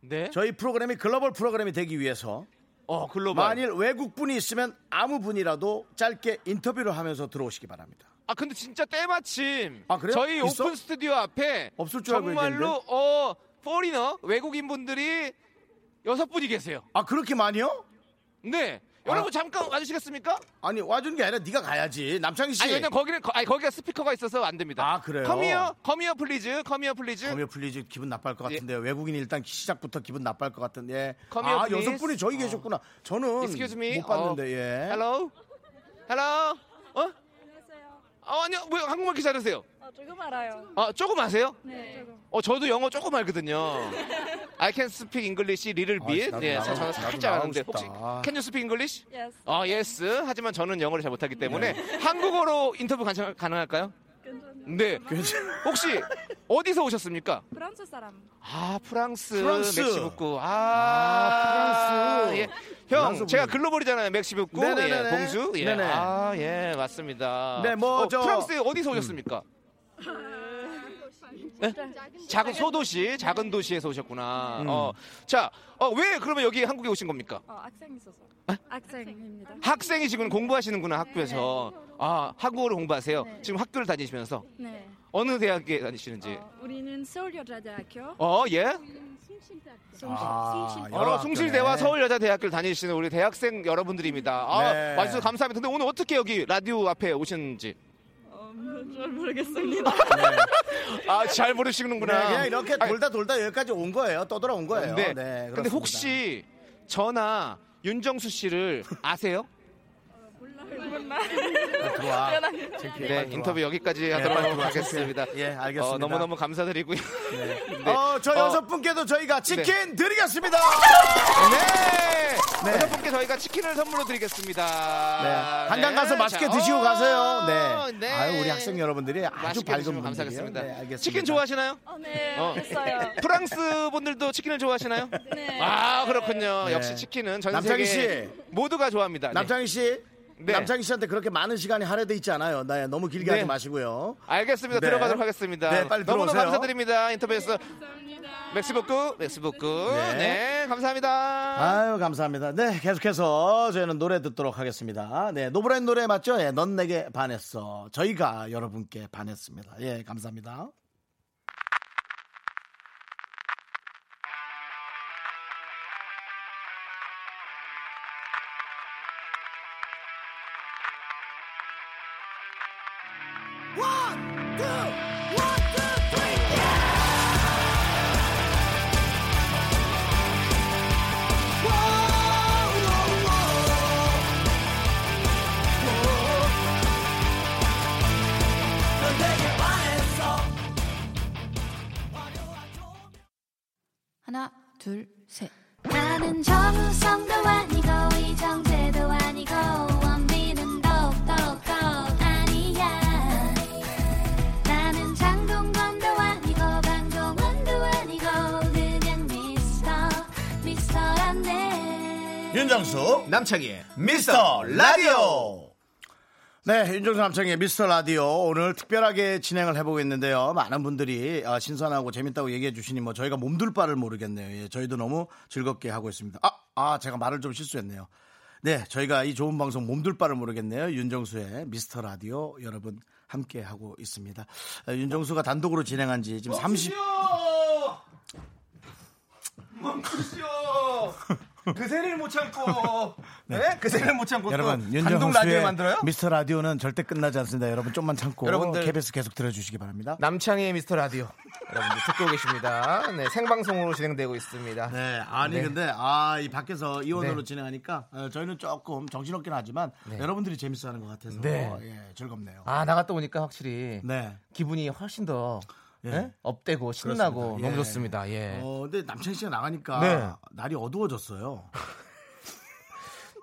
S5: 네.
S2: 저희 프로그램이 글로벌 프로그램이 되기 위해서
S5: 어, 글로벌.
S2: 만일 외국 분이 있으면 아무 분이라도 짧게 인터뷰를 하면서 들어오시기 바랍니다.
S5: 아 근데 진짜 때마침
S2: 아, 그래요?
S5: 저희
S2: 있어?
S5: 오픈 스튜디오 앞에
S2: 없을 줄 알고
S5: 정말로
S2: 얘기했는데?
S5: 어 포리너 외국인 분들이 여섯 분이 계세요.
S2: 아 그렇게 많이요?
S5: 네.
S2: 아. 예.
S5: 여러분 잠깐 와주시겠습니까?
S2: 아니 와준 게 아니라 네가 가야지 남창희 씨.
S5: 아니 왜냐 면 거기는 거- 아니 거기가 스피커가 있어서 안 됩니다.
S2: 아 그래요.
S5: 커미어 커미어 플리즈 커미어 플리즈
S2: 커미어 플리즈 기분 나빠할 것
S5: 예.
S2: 같은데요. 외국인 이 일단 시작부터 기분 나빠할 것 같은데.
S5: Come
S2: 아
S5: here, please.
S2: 여섯 분이 저기 계셨구나. 저는
S5: 어. Excuse me. 어.
S2: 못 봤는데 예.
S5: 헬로 헬로 어? 아 아니요 왜 한국말 기사르세요?
S17: 아, 조금 알아요.
S5: 아 조금 아세요?
S17: 네. 조금.
S5: 어 저도 영어 조금 알거든요. I can speak English little bit.
S2: 아, 나도
S5: 예,
S2: 나가고
S5: 저는
S2: 싶다.
S5: 살짝 아는데
S2: 나가고
S5: 혹시
S2: 싶다.
S5: Can you speak English?
S17: Yes.
S5: 아 yes. 하지만 저는 영어를 잘
S2: 네.
S5: 못하기 때문에 한국어로 인터뷰 가능- 가능할까요? 네. 혹시 어디서 오셨습니까?
S17: 프랑스 사람.
S5: 아 프랑스,
S17: 프랑스.
S5: 멕시북구 아,
S17: 아, 프랑스.
S5: 예.
S2: 프랑스
S5: 형 제가 글로벌이잖아요 멕시북구
S2: 네네네네.
S5: 예, 봉주 예.
S2: 네네.
S5: 아예 맞습니다
S2: 네, 뭐
S5: 어,
S2: 저-
S5: 프랑스 어디서 오셨습니까?
S17: 음.
S5: 네? 작은 소도시 작은 도시에서 오셨구나
S2: 음.
S5: 어, 자왜 그러면 여기 한국에 오신 겁니까?
S17: 어, 학생 있어서. 학생입니다.
S5: 학생이 지금 공부하시는구나 학교에서 아 한국어를 공부하세요 지금 학교를 다니시면서
S17: 네.
S5: 어느 대학에 다니시는지
S17: 어, 우리는 서울여자대학교.
S5: 어 예?
S17: 아,
S5: 어, 숭실대와 서울여자대학교를 다니시는 우리 대학생 여러분들입니다. 아,
S2: 네.
S5: 와주셔서 감사합니다. 근데 오늘 어떻게 여기 라디오 앞에 오셨는지.
S17: 어, 잘 모르겠습니다.
S5: 아, 잘
S2: 네,
S5: 모르시는구나.
S2: 그냥 이렇게
S5: 아니,
S2: 돌다 돌다 여기까지 온 거예요. 떠돌아 온 거예요.
S5: 네.
S2: 네.
S5: 근데
S2: 그렇습니다.
S5: 혹시 저나 윤정수 씨를 아세요?
S2: 들어와.
S5: 네,
S2: 들어와.
S5: 인터뷰 여기까지
S2: 네,
S5: 하도록
S2: 들어와,
S5: 하겠습니다.
S2: 창피해. 예, 알겠습니다.
S5: 어, 너무너무 감사드리고요. 네.
S2: 어, 저
S5: 어,
S2: 여섯 분께도 저희가 치킨 드리겠습니다.
S5: 네. 여섯 분께 저희가 치킨을 선물로 드리겠습니다.
S2: 네. 한강 가서
S5: 네,
S2: 맛있게
S5: 자,
S2: 드시고
S5: 어,
S2: 가세요. 네.
S5: 네.
S2: 아유, 우리 학생 여러분들이 아주
S5: 맛있게
S2: 밝은
S5: 드시면
S2: 분들이에요.
S5: 감사하겠습니다.
S2: 네, 알겠습니다.
S5: 치킨 좋아하시나요?
S17: 네,
S5: 어.
S17: 됐어요.
S5: 프랑스 분들도 치킨을 좋아하시나요? 네. 아 그렇군요.
S2: 네.
S5: 역시 치킨은 전
S2: 남창희 씨.
S5: 세계 모두가 좋아합니다. 네.
S2: 남창희 씨.
S5: 네.
S2: 남창희 씨한테 그렇게 많은 시간이 할애돼 있지 않아요. 나 너무 길게
S5: 네.
S2: 하지 마시고요.
S5: 알겠습니다.
S2: 네.
S5: 들어가도록 하겠습니다.
S2: 네, 빨리
S5: 너무너무
S2: 들어오세요.
S5: 네, 감사드립니다. 인터뷰에서 맥스복구, 맥스복구.
S2: 네.
S5: 네. 감사합니다.
S2: 아유 감사합니다. 네 계속해서 저희는 노래 듣도록 하겠습니다. 네 노브라인 노래 맞죠? 예, 넌 내게 반했어. 저희가 여러분께 반했습니다. 예 감사합니다.
S13: One, two, one, two, three, yeah!
S7: 넌 내게 반했어
S11: 하나, 둘, 셋. 나는 정우성도 아니고 이정재도 아니고 원빈은 더욱더 아니야 나는 장동건도 아니고 방종원도 아니고 그냥 미스터 미스터란데
S2: 윤정수 남창희의 미스터 라디오 네 윤정수 남창희의 미스터 라디오 오늘 특별하게 진행을 해보고 있는데요 많은 분들이 아, 신선하고 재밌다고 얘기해 주시니 뭐 저희가 몸둘 바를 모르겠네요 예, 저희도 너무 즐겁게 하고 있습니다 아, 아 제가 말을 좀 실수했네요 네 저희가 이 좋은 방송 몸둘 바를 모르겠네요 윤정수의 미스터 라디오 여러분 함께 하고 있습니다 아, 윤정수가 단독으로 진행한 지 지금 30
S1: 멈추시오. 그새를 못 참고. 네? 그새를 못 참고.
S2: 여러분
S1: 또
S2: 윤정수
S1: 감동 라디오 만들어요?
S2: 미스터 라디오는 절대 끝나지 않습니다. 여러분 좀만 참고
S1: 여러분들.
S2: KBS 계속 들어주시기 바랍니다.
S1: 남창희의 미스터 라디오. 여러분들 듣고 계십니다. 네, 생방송으로 진행되고 있습니다.
S2: 네, 아니 근데 아 이 밖에서 이원으로
S1: 네.
S2: 진행하니까 어, 저희는 조금 정신없긴 하지만
S1: 네.
S2: 여러분들이 재밌어하는 것 같아서
S1: 네.
S2: 예, 즐겁네요.
S1: 아, 나갔다 오니까 확실히
S2: 네.
S1: 기분이 훨씬 더 예? 업되고 신나고
S2: 그렇습니다.
S1: 너무
S2: 예.
S1: 좋습니다. 예.
S2: 어, 근데 남창희 씨가 나가니까
S1: 네.
S2: 날이 어두워졌어요.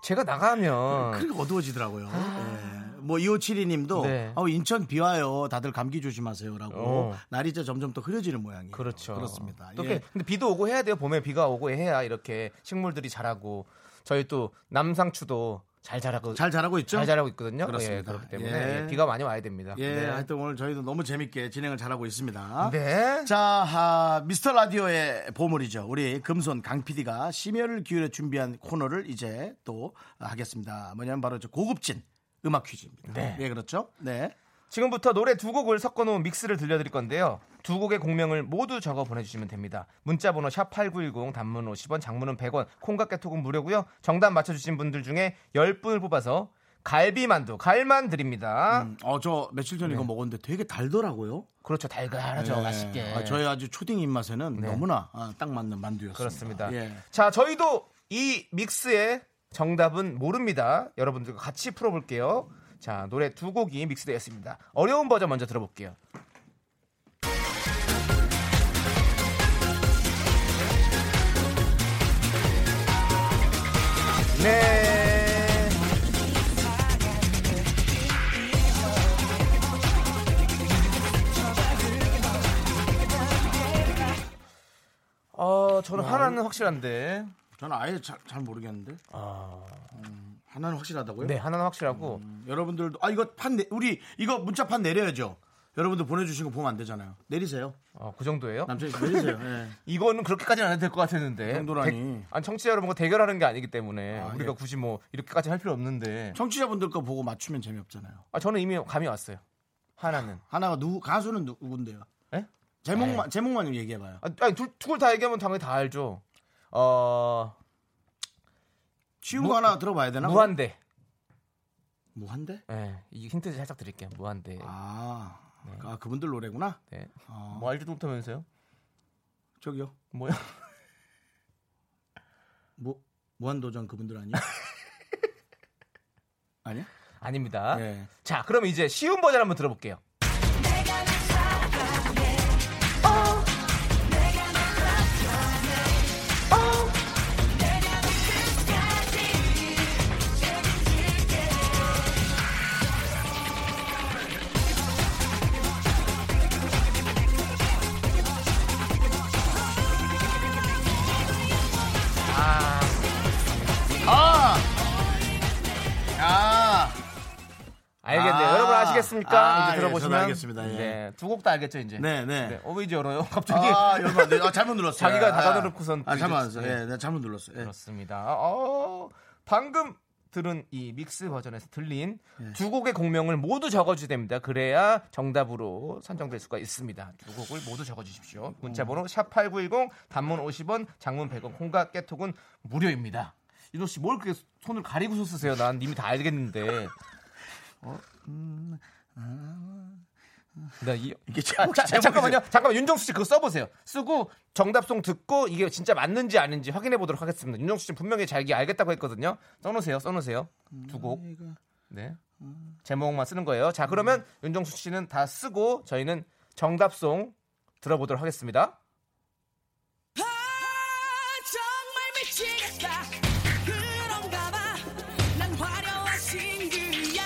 S1: 제가 나가면
S2: 그러니까 어두워지더라고요. 예. 뭐 2572님도 어,
S1: 네.
S2: 인천 비와요. 다들 감기 조심하세요라고
S1: 어.
S2: 날이 이제 점점 더 흐려지는 모양이에요.
S1: 그렇죠.
S2: 그렇습니다.
S1: 또
S2: 예.
S1: 이렇게 근데 비도 오고 해야 돼요. 봄에 비가 오고 해야 이렇게 식물들이 자라고 저희 또 남상추도 잘 자라고
S2: 잘 자라고 있죠?
S1: 잘 자라고 있거든요.
S2: 그렇습니다.
S1: 예, 그렇기 때문에
S2: 예.
S1: 예, 비가 많이 와야 됩니다.
S2: 예,
S1: 네.
S2: 하여튼 오늘 저희도 너무 재밌게 진행을 잘하고 있습니다.
S1: 네.
S2: 자, 아, 미스터 라디오의 보물이죠. 우리 금손 강 PD가 심혈을 기울여 준비한 코너를 이제 또 하겠습니다. 뭐냐면 바로 저 고급진 음악 퀴즈입니다.
S1: 네.
S2: 예, 그렇죠. 네.
S1: 지금부터 노래 두 곡을 섞어놓은 믹스를 들려드릴 건데요. 두 곡의 공명을 모두 적어 보내주시면 됩니다. 문자번호 샵 8910 단문 50원 장문은 100원 콩깍개톡은 무료고요. 정답 맞춰주신 분들 중에 10분을 뽑아서 갈비만두 갈만 드립니다.
S2: 어, 저 며칠 전에 이거 먹었는데 되게 달더라고요.
S1: 그렇죠. 달달하죠.
S2: 예.
S1: 네. 맛있게. 네.
S2: 아, 저희 아주 초딩 입맛에는 너무나 아, 딱 맞는 만두였습니다.
S1: 그렇습니다.
S2: 예.
S1: 자, 저희도 이 믹스의 정답은 모릅니다. 여러분들과 같이 풀어볼게요. 자, 노래 두 곡이 믹스되었습니다. 어려운 버전 먼저 들어볼게요. 네. 어, 저는 하나는 확실한데.
S2: 저는 아예 잘, 잘 모르겠는데. 음, 하나는 확실하다고요?
S1: 아. 네, 하나는 확실하고.
S2: 여러분들도 아 이거 판 내- 우리 이거 문자 판 내려야죠. 여러분들 보내주신 거 보면 안 되잖아요. 내리세요.
S1: 어, 그 정도예요?
S2: 남자이 내리세요. 예.
S1: 이거는 그렇게까지는 안 해도 될 것 같았는데.
S2: 그 정도라니. 예.
S1: 대- 아니, 청취자 여러분과 대결하는 게 아니기 때문에 우리가 굳이 뭐 이렇게까지 할 필요 없는데.
S2: 청취자분들 거 보고 맞추면 재미없잖아요.
S1: 아, 저는 이미 감이 왔어요. 하나는.
S2: 하나가 누구 가수는 누군데요?
S1: 예?
S2: 제목만 제목만 좀 얘기해봐요.
S1: 아, 아니, 둘, 둘 다 얘기하면 당연히 다 알죠. 어,
S2: 쉬운
S1: 무-
S2: 거 하나 들어봐야 되나?
S1: 무한대.
S2: 무한대?
S1: 예, 이 힌트 살짝 드릴게요. 무한대.
S2: 아, 아 그분들 노래구나.
S1: 네.
S2: 어.
S1: 뭐 알지도 못하면서요?
S2: 저기요.
S1: 뭐야?
S2: 무 무한도전 그분들 아니에요? 아니야?
S1: 아닙니다.
S2: 예.
S1: 자, 그럼 이제 쉬운 버전 한번 들어볼게요.
S2: 아, 아,
S1: 알겠네요.
S2: 아.
S1: 여러분 아시겠습니까?
S2: 아,
S1: 이제
S2: 예,
S1: 들어보시면
S2: 저는 알겠습니다. 예.
S1: 네, 두 곡 다 알겠죠 이제.
S2: 네, 네.
S1: 어, 왜 이제 열어요? 갑자기.
S2: 아, 열면 안 돼요. 아, 잘못 눌렀어요.
S1: 네. 자기가
S2: 아,
S1: 닫아놓고선.
S2: 아,
S1: 또 이제-
S2: 잘못 눌렀어요.
S1: 네.
S2: 예, 내가 잘못 눌렀어요. 예.
S1: 그렇습니다. 어, 방금 들은 이 믹스 버전에서 들린 두 곡의 공명을 모두 적어주셔야 됩니다. 그래야 정답으로 선정될 수가 있습니다. 두 곡을 모두 적어주십시오. 문자번호 샵8910 단문 50원 장문 100원 콩과 깨톡은 무료입니다. 이노 씨 뭘 그렇게 손을 가리고서 쓰세요? 난 이미 다 알겠는데. 어? 아, 나 이,
S2: 이게
S1: 아,
S2: 제목이-
S1: 자,
S2: 제목이-
S1: 잠깐만요. 잠깐만 윤정수 씨 그거 써보세요. 쓰고 정답송 듣고 이게 진짜 맞는지 아닌지 확인해 보도록 하겠습니다. 윤정수 씨 분명히 자기 알겠다고 했거든요. 써놓으세요. 써놓으세요. 두 곡. 네. 제목만 쓰는 거예요. 자 그러면 윤정수 씨는 다 쓰고 저희는 정답송 들어보도록 하겠습니다.
S13: 정말 미치겠다 그런가 봐난 화려한 신규야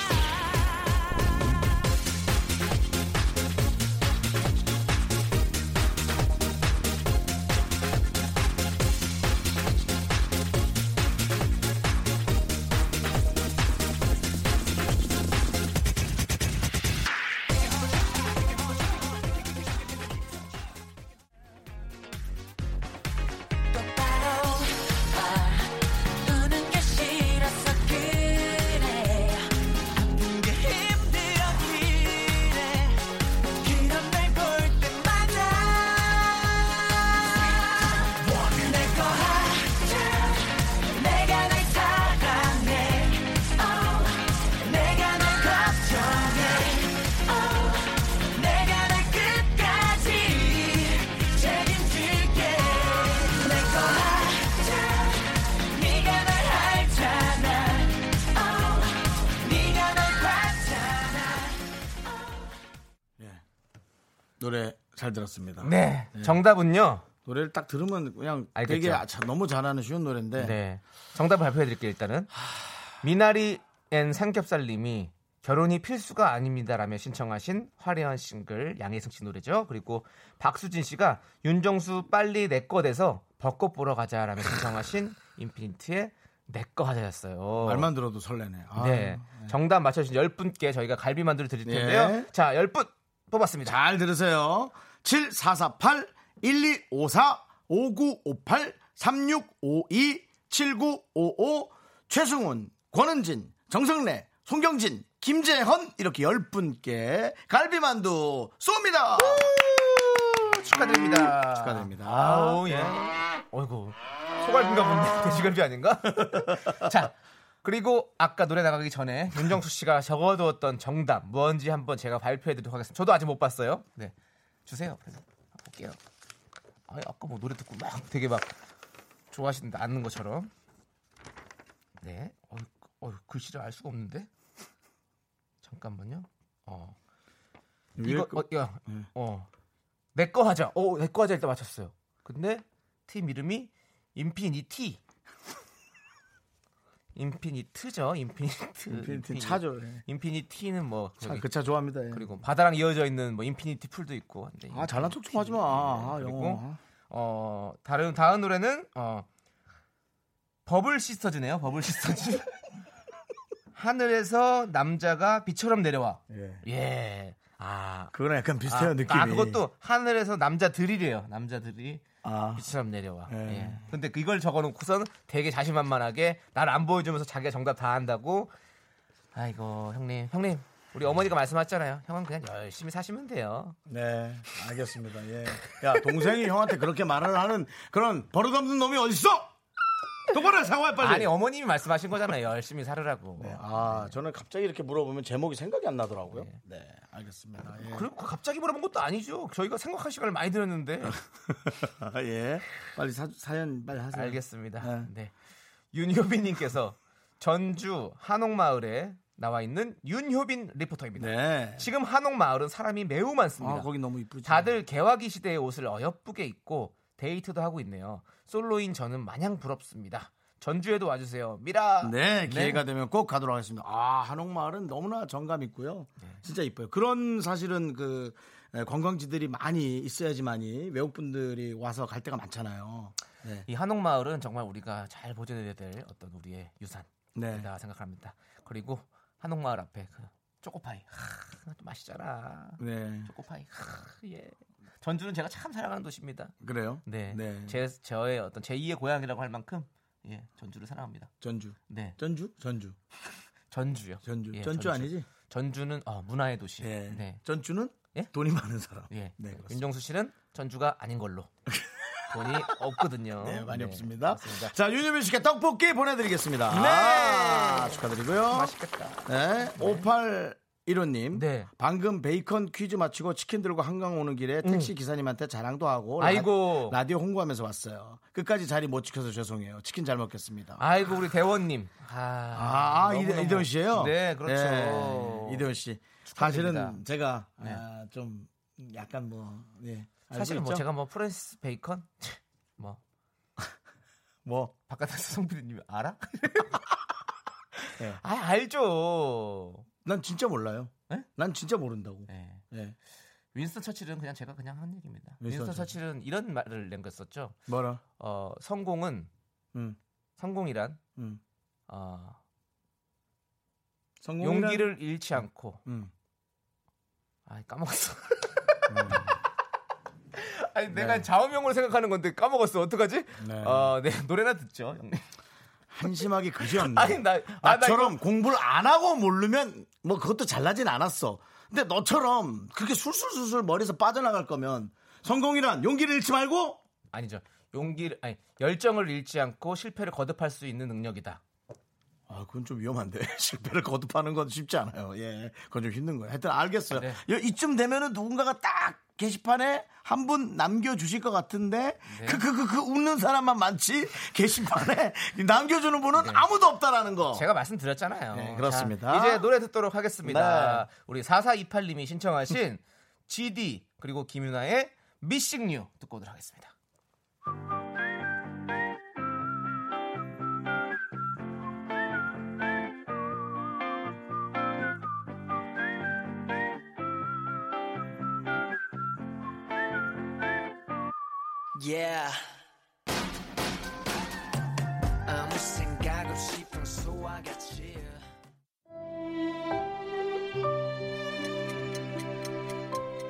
S13: 우는 게 싫어서 그래 아픈 게 힘들어 그래 그런 날 볼 때마다 내거 하자 내가 날 사랑해 Oh, 내가 날 걱정해 Oh, 내가 날 끝까지 책임질게 내거 하자 네가 날 알잖아 oh, 네가 날 봤잖아
S2: 노래 잘 들었습니다.
S1: 네.
S2: 예.
S1: 정답은요.
S2: 노래를 딱 들으면 그냥
S1: 알겠죠?
S2: 되게 아, 참, 너무 잘하는 쉬운 노래인데.
S1: 네. 정답 발표해 드릴게요, 일단은. 미나리 앤 삼겹살 님이 결혼이 필수가 아닙니다라며 신청하신 화려한 싱글 양혜승 씨 노래죠. 그리고 박수진 씨가 윤정수 빨리 내꺼 돼서 벚꽃 보러 가자라며 신청하신 인피니트의 내꺼 하자였어요.
S2: 말만 들어도 설레네. 아,
S1: 네. 정답 맞춰주신 10분께 저희가 갈비 만두를 드릴
S2: 예.
S1: 텐데요. 자, 10분 뽑았습니다.
S2: 잘 들으세요. 7448 1254 5958 3652 7955 최승훈, 권은진, 정성래, 송경진, 김재헌 이렇게 10분께 갈비만두 쏩니다.
S1: 축하드립니다.
S2: 축하드립니다. 네.
S1: 아우, 예. 어이구. 소갈비인가 본데. 돼지갈비 아닌가? 자. 그리고 아까 노래 나가기 전에 윤정수 씨가 적어두었던 정답 뭔지 한번 제가 발표해드리도록 하겠습니다. 저도 아직 못 봤어요. 네, 주세요. 그래서 볼게요. 아, 아까 뭐 노래 듣고 막 되게 막 좋아하시는데 아는 것처럼. 네, 어, 어, 글씨를 알 수가 없는데. 잠깐만요. 어, 이거
S2: 그-
S1: 어, 야,
S2: 예.
S1: 어, 내 거 하자. 어, 내 거 하자 일단 맞췄어요. 근데 팀 이름이 인피니티. 인피니트죠. 인피니트.
S2: 인피니티는 차죠, 예.
S1: 인피니티는 뭐 저기
S2: 그 차 좋아합니다. 예.
S1: 그리고 바다랑 이어져 있는 뭐 인피니티 풀도 있고. 근데
S2: 아, 잘난 척 좀 하지 마. 아,
S1: 그리고
S2: 영어.
S1: 어, 다른 다음 노래는 어 버블 시스터즈네요. 버블 시스터즈. 하늘에서 남자가 비처럼 내려와.
S2: 예.
S1: 예. 아.
S2: 그거랑 약간 비슷해요,
S1: 아,
S2: 느낌이.
S1: 아, 그것도 하늘에서 남자들이래요. 남자들이
S2: 아.
S1: 빛처럼 내려와.
S2: 예.
S1: 예. 근데 그걸 적어놓고선 되게 자신만만하게 날 안 보여주면서 자기가 정답 다 한다고. 아이고 형님, 형님. 우리 어머니가 말씀하셨잖아요. 형은 그냥 열심히 사시면 돼요.
S2: 네, 알겠습니다. 예. 야, 동생이 형한테 그렇게 말을 하는 그런 버릇없는 놈이 어딨어? 똑바로 해, 사과해, 빨리.
S1: 아니 어머님이 말씀하신 거잖아요. 열심히 살으라고.
S2: 아, 저는 갑자기 이렇게 물어보면 제목이 생각이 안 나더라고요. 네, 알겠습니다. 예.
S1: 그리고 갑자기 물어본 것도 아니죠. 저희가 생각할 시간을 많이 드렸는데.
S2: 네. 예. 빨리 사, 사연 빨리 하세요.
S1: 알겠습니다. 네. 윤효빈님께서 전주 한옥마을에 나와 있는 윤효빈 리포터입니다.
S2: 네.
S1: 지금 한옥마을은 사람이 매우 많습니다.
S2: 아, 거기 너무 이쁘죠.
S1: 다들 개화기 시대의 옷을 어여쁘게 입고 데이트도 하고 있네요. 솔로인 저는 마냥 부럽습니다. 전주에도 와주세요. 미라.
S2: 네, 기회가 되면 꼭 가도록 하겠습니다. 아, 한옥마을은 너무나 정감 있고요.
S1: 네.
S2: 진짜 이뻐요. 그런 사실은 그 에, 관광지들이 많이 있어야지만이 외국분들이 와서 갈 때가 많잖아요. 네.
S1: 이 한옥마을은 정말 우리가 잘 보존해야 될 어떤 우리의 유산이다
S2: 네.
S1: 생각합니다. 그리고 한옥마을 앞에 그 초코파이. 하, 또 맛있잖아.
S18: 네.
S1: 초코파이. 하, 예. 전주는 제가 참 사랑하는 도시입니다.
S18: 그래요?
S1: 네. 제 저의 어떤 제2의 고향이라고 할 만큼 예, 전주를 사랑합니다.
S18: 전주.
S1: 네.
S18: 전주? 전주.
S1: 예, 전주요.
S18: 전주. 전주 아니지?
S1: 전주는 어, 문화의 도시.
S2: 예.
S1: 네.
S18: 전주는 돈이 많은 사람.
S1: 예.
S18: 네.
S1: 윤정수 씨는 전주가 아닌 걸로. 돈이 없거든요.
S18: 네, 많이 없습니다.
S1: 맞습니다.
S2: 자, 윤유빈 씨께 떡볶이 보내드리겠습니다.
S18: 네.
S2: 아, 축하드리고요.
S1: 맛있겠다. 네.
S2: 네. 58 1호님. 방금 베이컨 퀴즈 마치고 치킨 들고 한강 오는 길에 택시 기사님한테 자랑도 하고. 라-
S1: 음. 아이고.
S2: 라디오 홍보하면서 왔어요. 끝까지 자리 못 지켜서 죄송해요. 치킨 잘 먹겠습니다.
S1: 아이고 우리 대원님.
S2: 아, 아, 이대-
S1: 너무너무.
S2: 이대원 씨예요
S1: 네, 그렇죠.
S2: 네, 이대원 씨.
S1: 축하드립니다. 네.
S2: 사실은 제가 아, 좀 약간 뭐, 예. 알고
S1: 사실 뭐
S2: 있죠?
S1: 제가 뭐 프랜시스 베이컨 뭐
S2: 뭐
S1: 바깥에서 송 PD님이 알아?
S2: 예.
S1: 아 알죠.
S2: 난 진짜 몰라요.
S1: 네?
S2: 난 진짜 모른다고. 네.
S1: 예. 윈스턴 처칠은 그냥 제가 그냥 한 얘기입니다.
S2: 윈스턴
S1: 윈스턴, 처칠은 이런 말을 낸 거였었죠.
S2: 뭐라?
S1: 어 성공은
S2: 음.
S1: 성공이란
S2: 음.
S1: 어,
S2: 성공이란-
S1: 용기를 잃지 않고
S2: 음.
S1: 아 까먹었어.
S2: 음.
S1: 아니 내가 자음형으로 생각하는 건데 까먹었어. 어떡하지?
S2: 네. 음.
S1: 어, 네 노래나 듣죠. 형님.
S2: 한심하게 그지 없네.
S1: 아니, 나- 아, 나
S2: 나처럼 공부를 안 하고 모르면 뭐 그것도 잘나진 않았어. 근데 너처럼 그렇게 술술술술 머리에서 빠져나갈 거면 성공이란 용기를 잃지 말고
S1: 아니죠. 용기를 아니 열정을 잃지 않고 실패를 거듭할 수 있는 능력이다.
S2: 아, 그건 좀 위험한데. 실패를 거듭하는 건 쉽지 않아요. 예. 그건 좀 힘든 거예요. 하여튼
S1: 아,
S2: 알겠어요.
S1: 네.
S2: 여- 이쯤 되면은 누군가가 딱 게시판에 한 분 남겨주실 것 같은데,
S1: 네.
S2: 그, 그, 그, 그 웃는 사람만 많지, 게시판에 남겨주는 분은 아무도 없다라는 거.
S1: 네. 제가 말씀드렸잖아요.
S2: 네, 그렇습니다.
S1: 자, 이제 노래 듣도록 하겠습니다.
S2: 네.
S1: 우리 4428님이 신청하신 GD 그리고 김윤아의 미싱 뉴 듣고 오도록 하겠습니다.
S13: Yeah.
S7: 아무 생각 없이 평소와 같이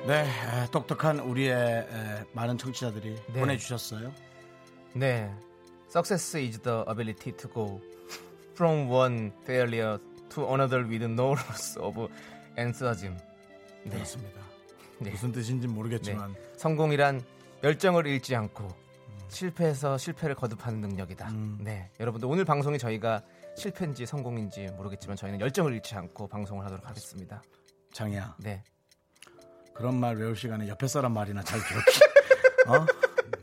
S2: 네, 에, 똑똑한 우리의 에, 많은 청취자들이
S1: 네.
S2: 보내주셨어요.
S1: 네. Success is the ability to go from one failure to another with no loss of enthusiasm. 네.
S2: 그렇습니다. 무슨 뜻인지 모르겠지만
S1: 성공이란 열정을 잃지 않고 실패에서 실패를 거듭하는 능력이다. 네. 여러분들 오늘 방송이 저희가 실패인지 성공인지 모르겠지만 저희는 열정을 잃지 않고 방송을 하도록 하겠습니다.
S2: 장이야.
S1: 네.
S2: 그런 말 외울 시간에 옆에 사람 말이나 잘 기억해. 어?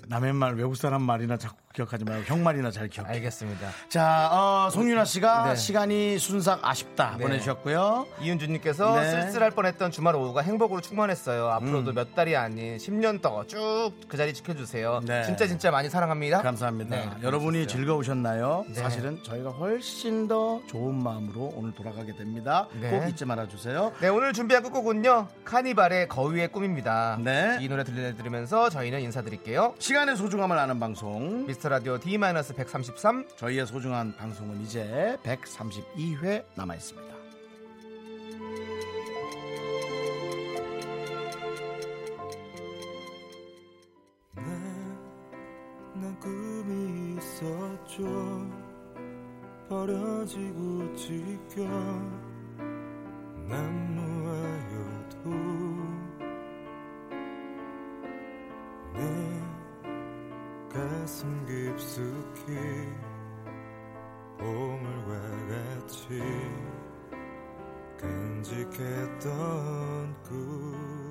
S2: 남의 말 외국 사람 말이나 자꾸 기억하지 말고 형 말이나 잘 기억해.
S1: 알겠습니다.
S2: 자, 어, 송윤아 씨가
S1: 아. 네.
S2: 시간이 순삭 아쉽다
S1: 네.
S2: 보내주셨고요.
S1: 이윤주님께서
S2: 네.
S1: 쓸쓸할 뻔했던 주말 오후가 행복으로 충만했어요. 앞으로도 몇 달이 아닌 10년 더 쭉 그 자리 지켜주세요.
S2: 네.
S1: 진짜 진짜 많이 사랑합니다.
S2: 감사합니다.
S1: 네,
S2: 여러분이
S1: 감사했어요.
S2: 즐거우셨나요?
S1: 네.
S2: 사실은 저희가 훨씬 더 좋은 마음으로 오늘 돌아가게 됩니다.
S1: 네.
S2: 꼭 잊지 말아주세요.
S1: 네 오늘 준비한 끝곡은요 카니발의 거위의 꿈입니다.
S2: 네.
S1: 이 노래 들려드리면서 저희는 인사드릴게요.
S2: 시간의 소중함을 아는 방송
S1: 미스터 라디오 D-133
S2: 저희의 소중한 방송은 이제 132회 남아 있습니다.
S12: 난 꿈이 있었죠 버려지고 지겨 난 무아여도 내 가슴 깊숙이 보물과 같이 간직했던 꿈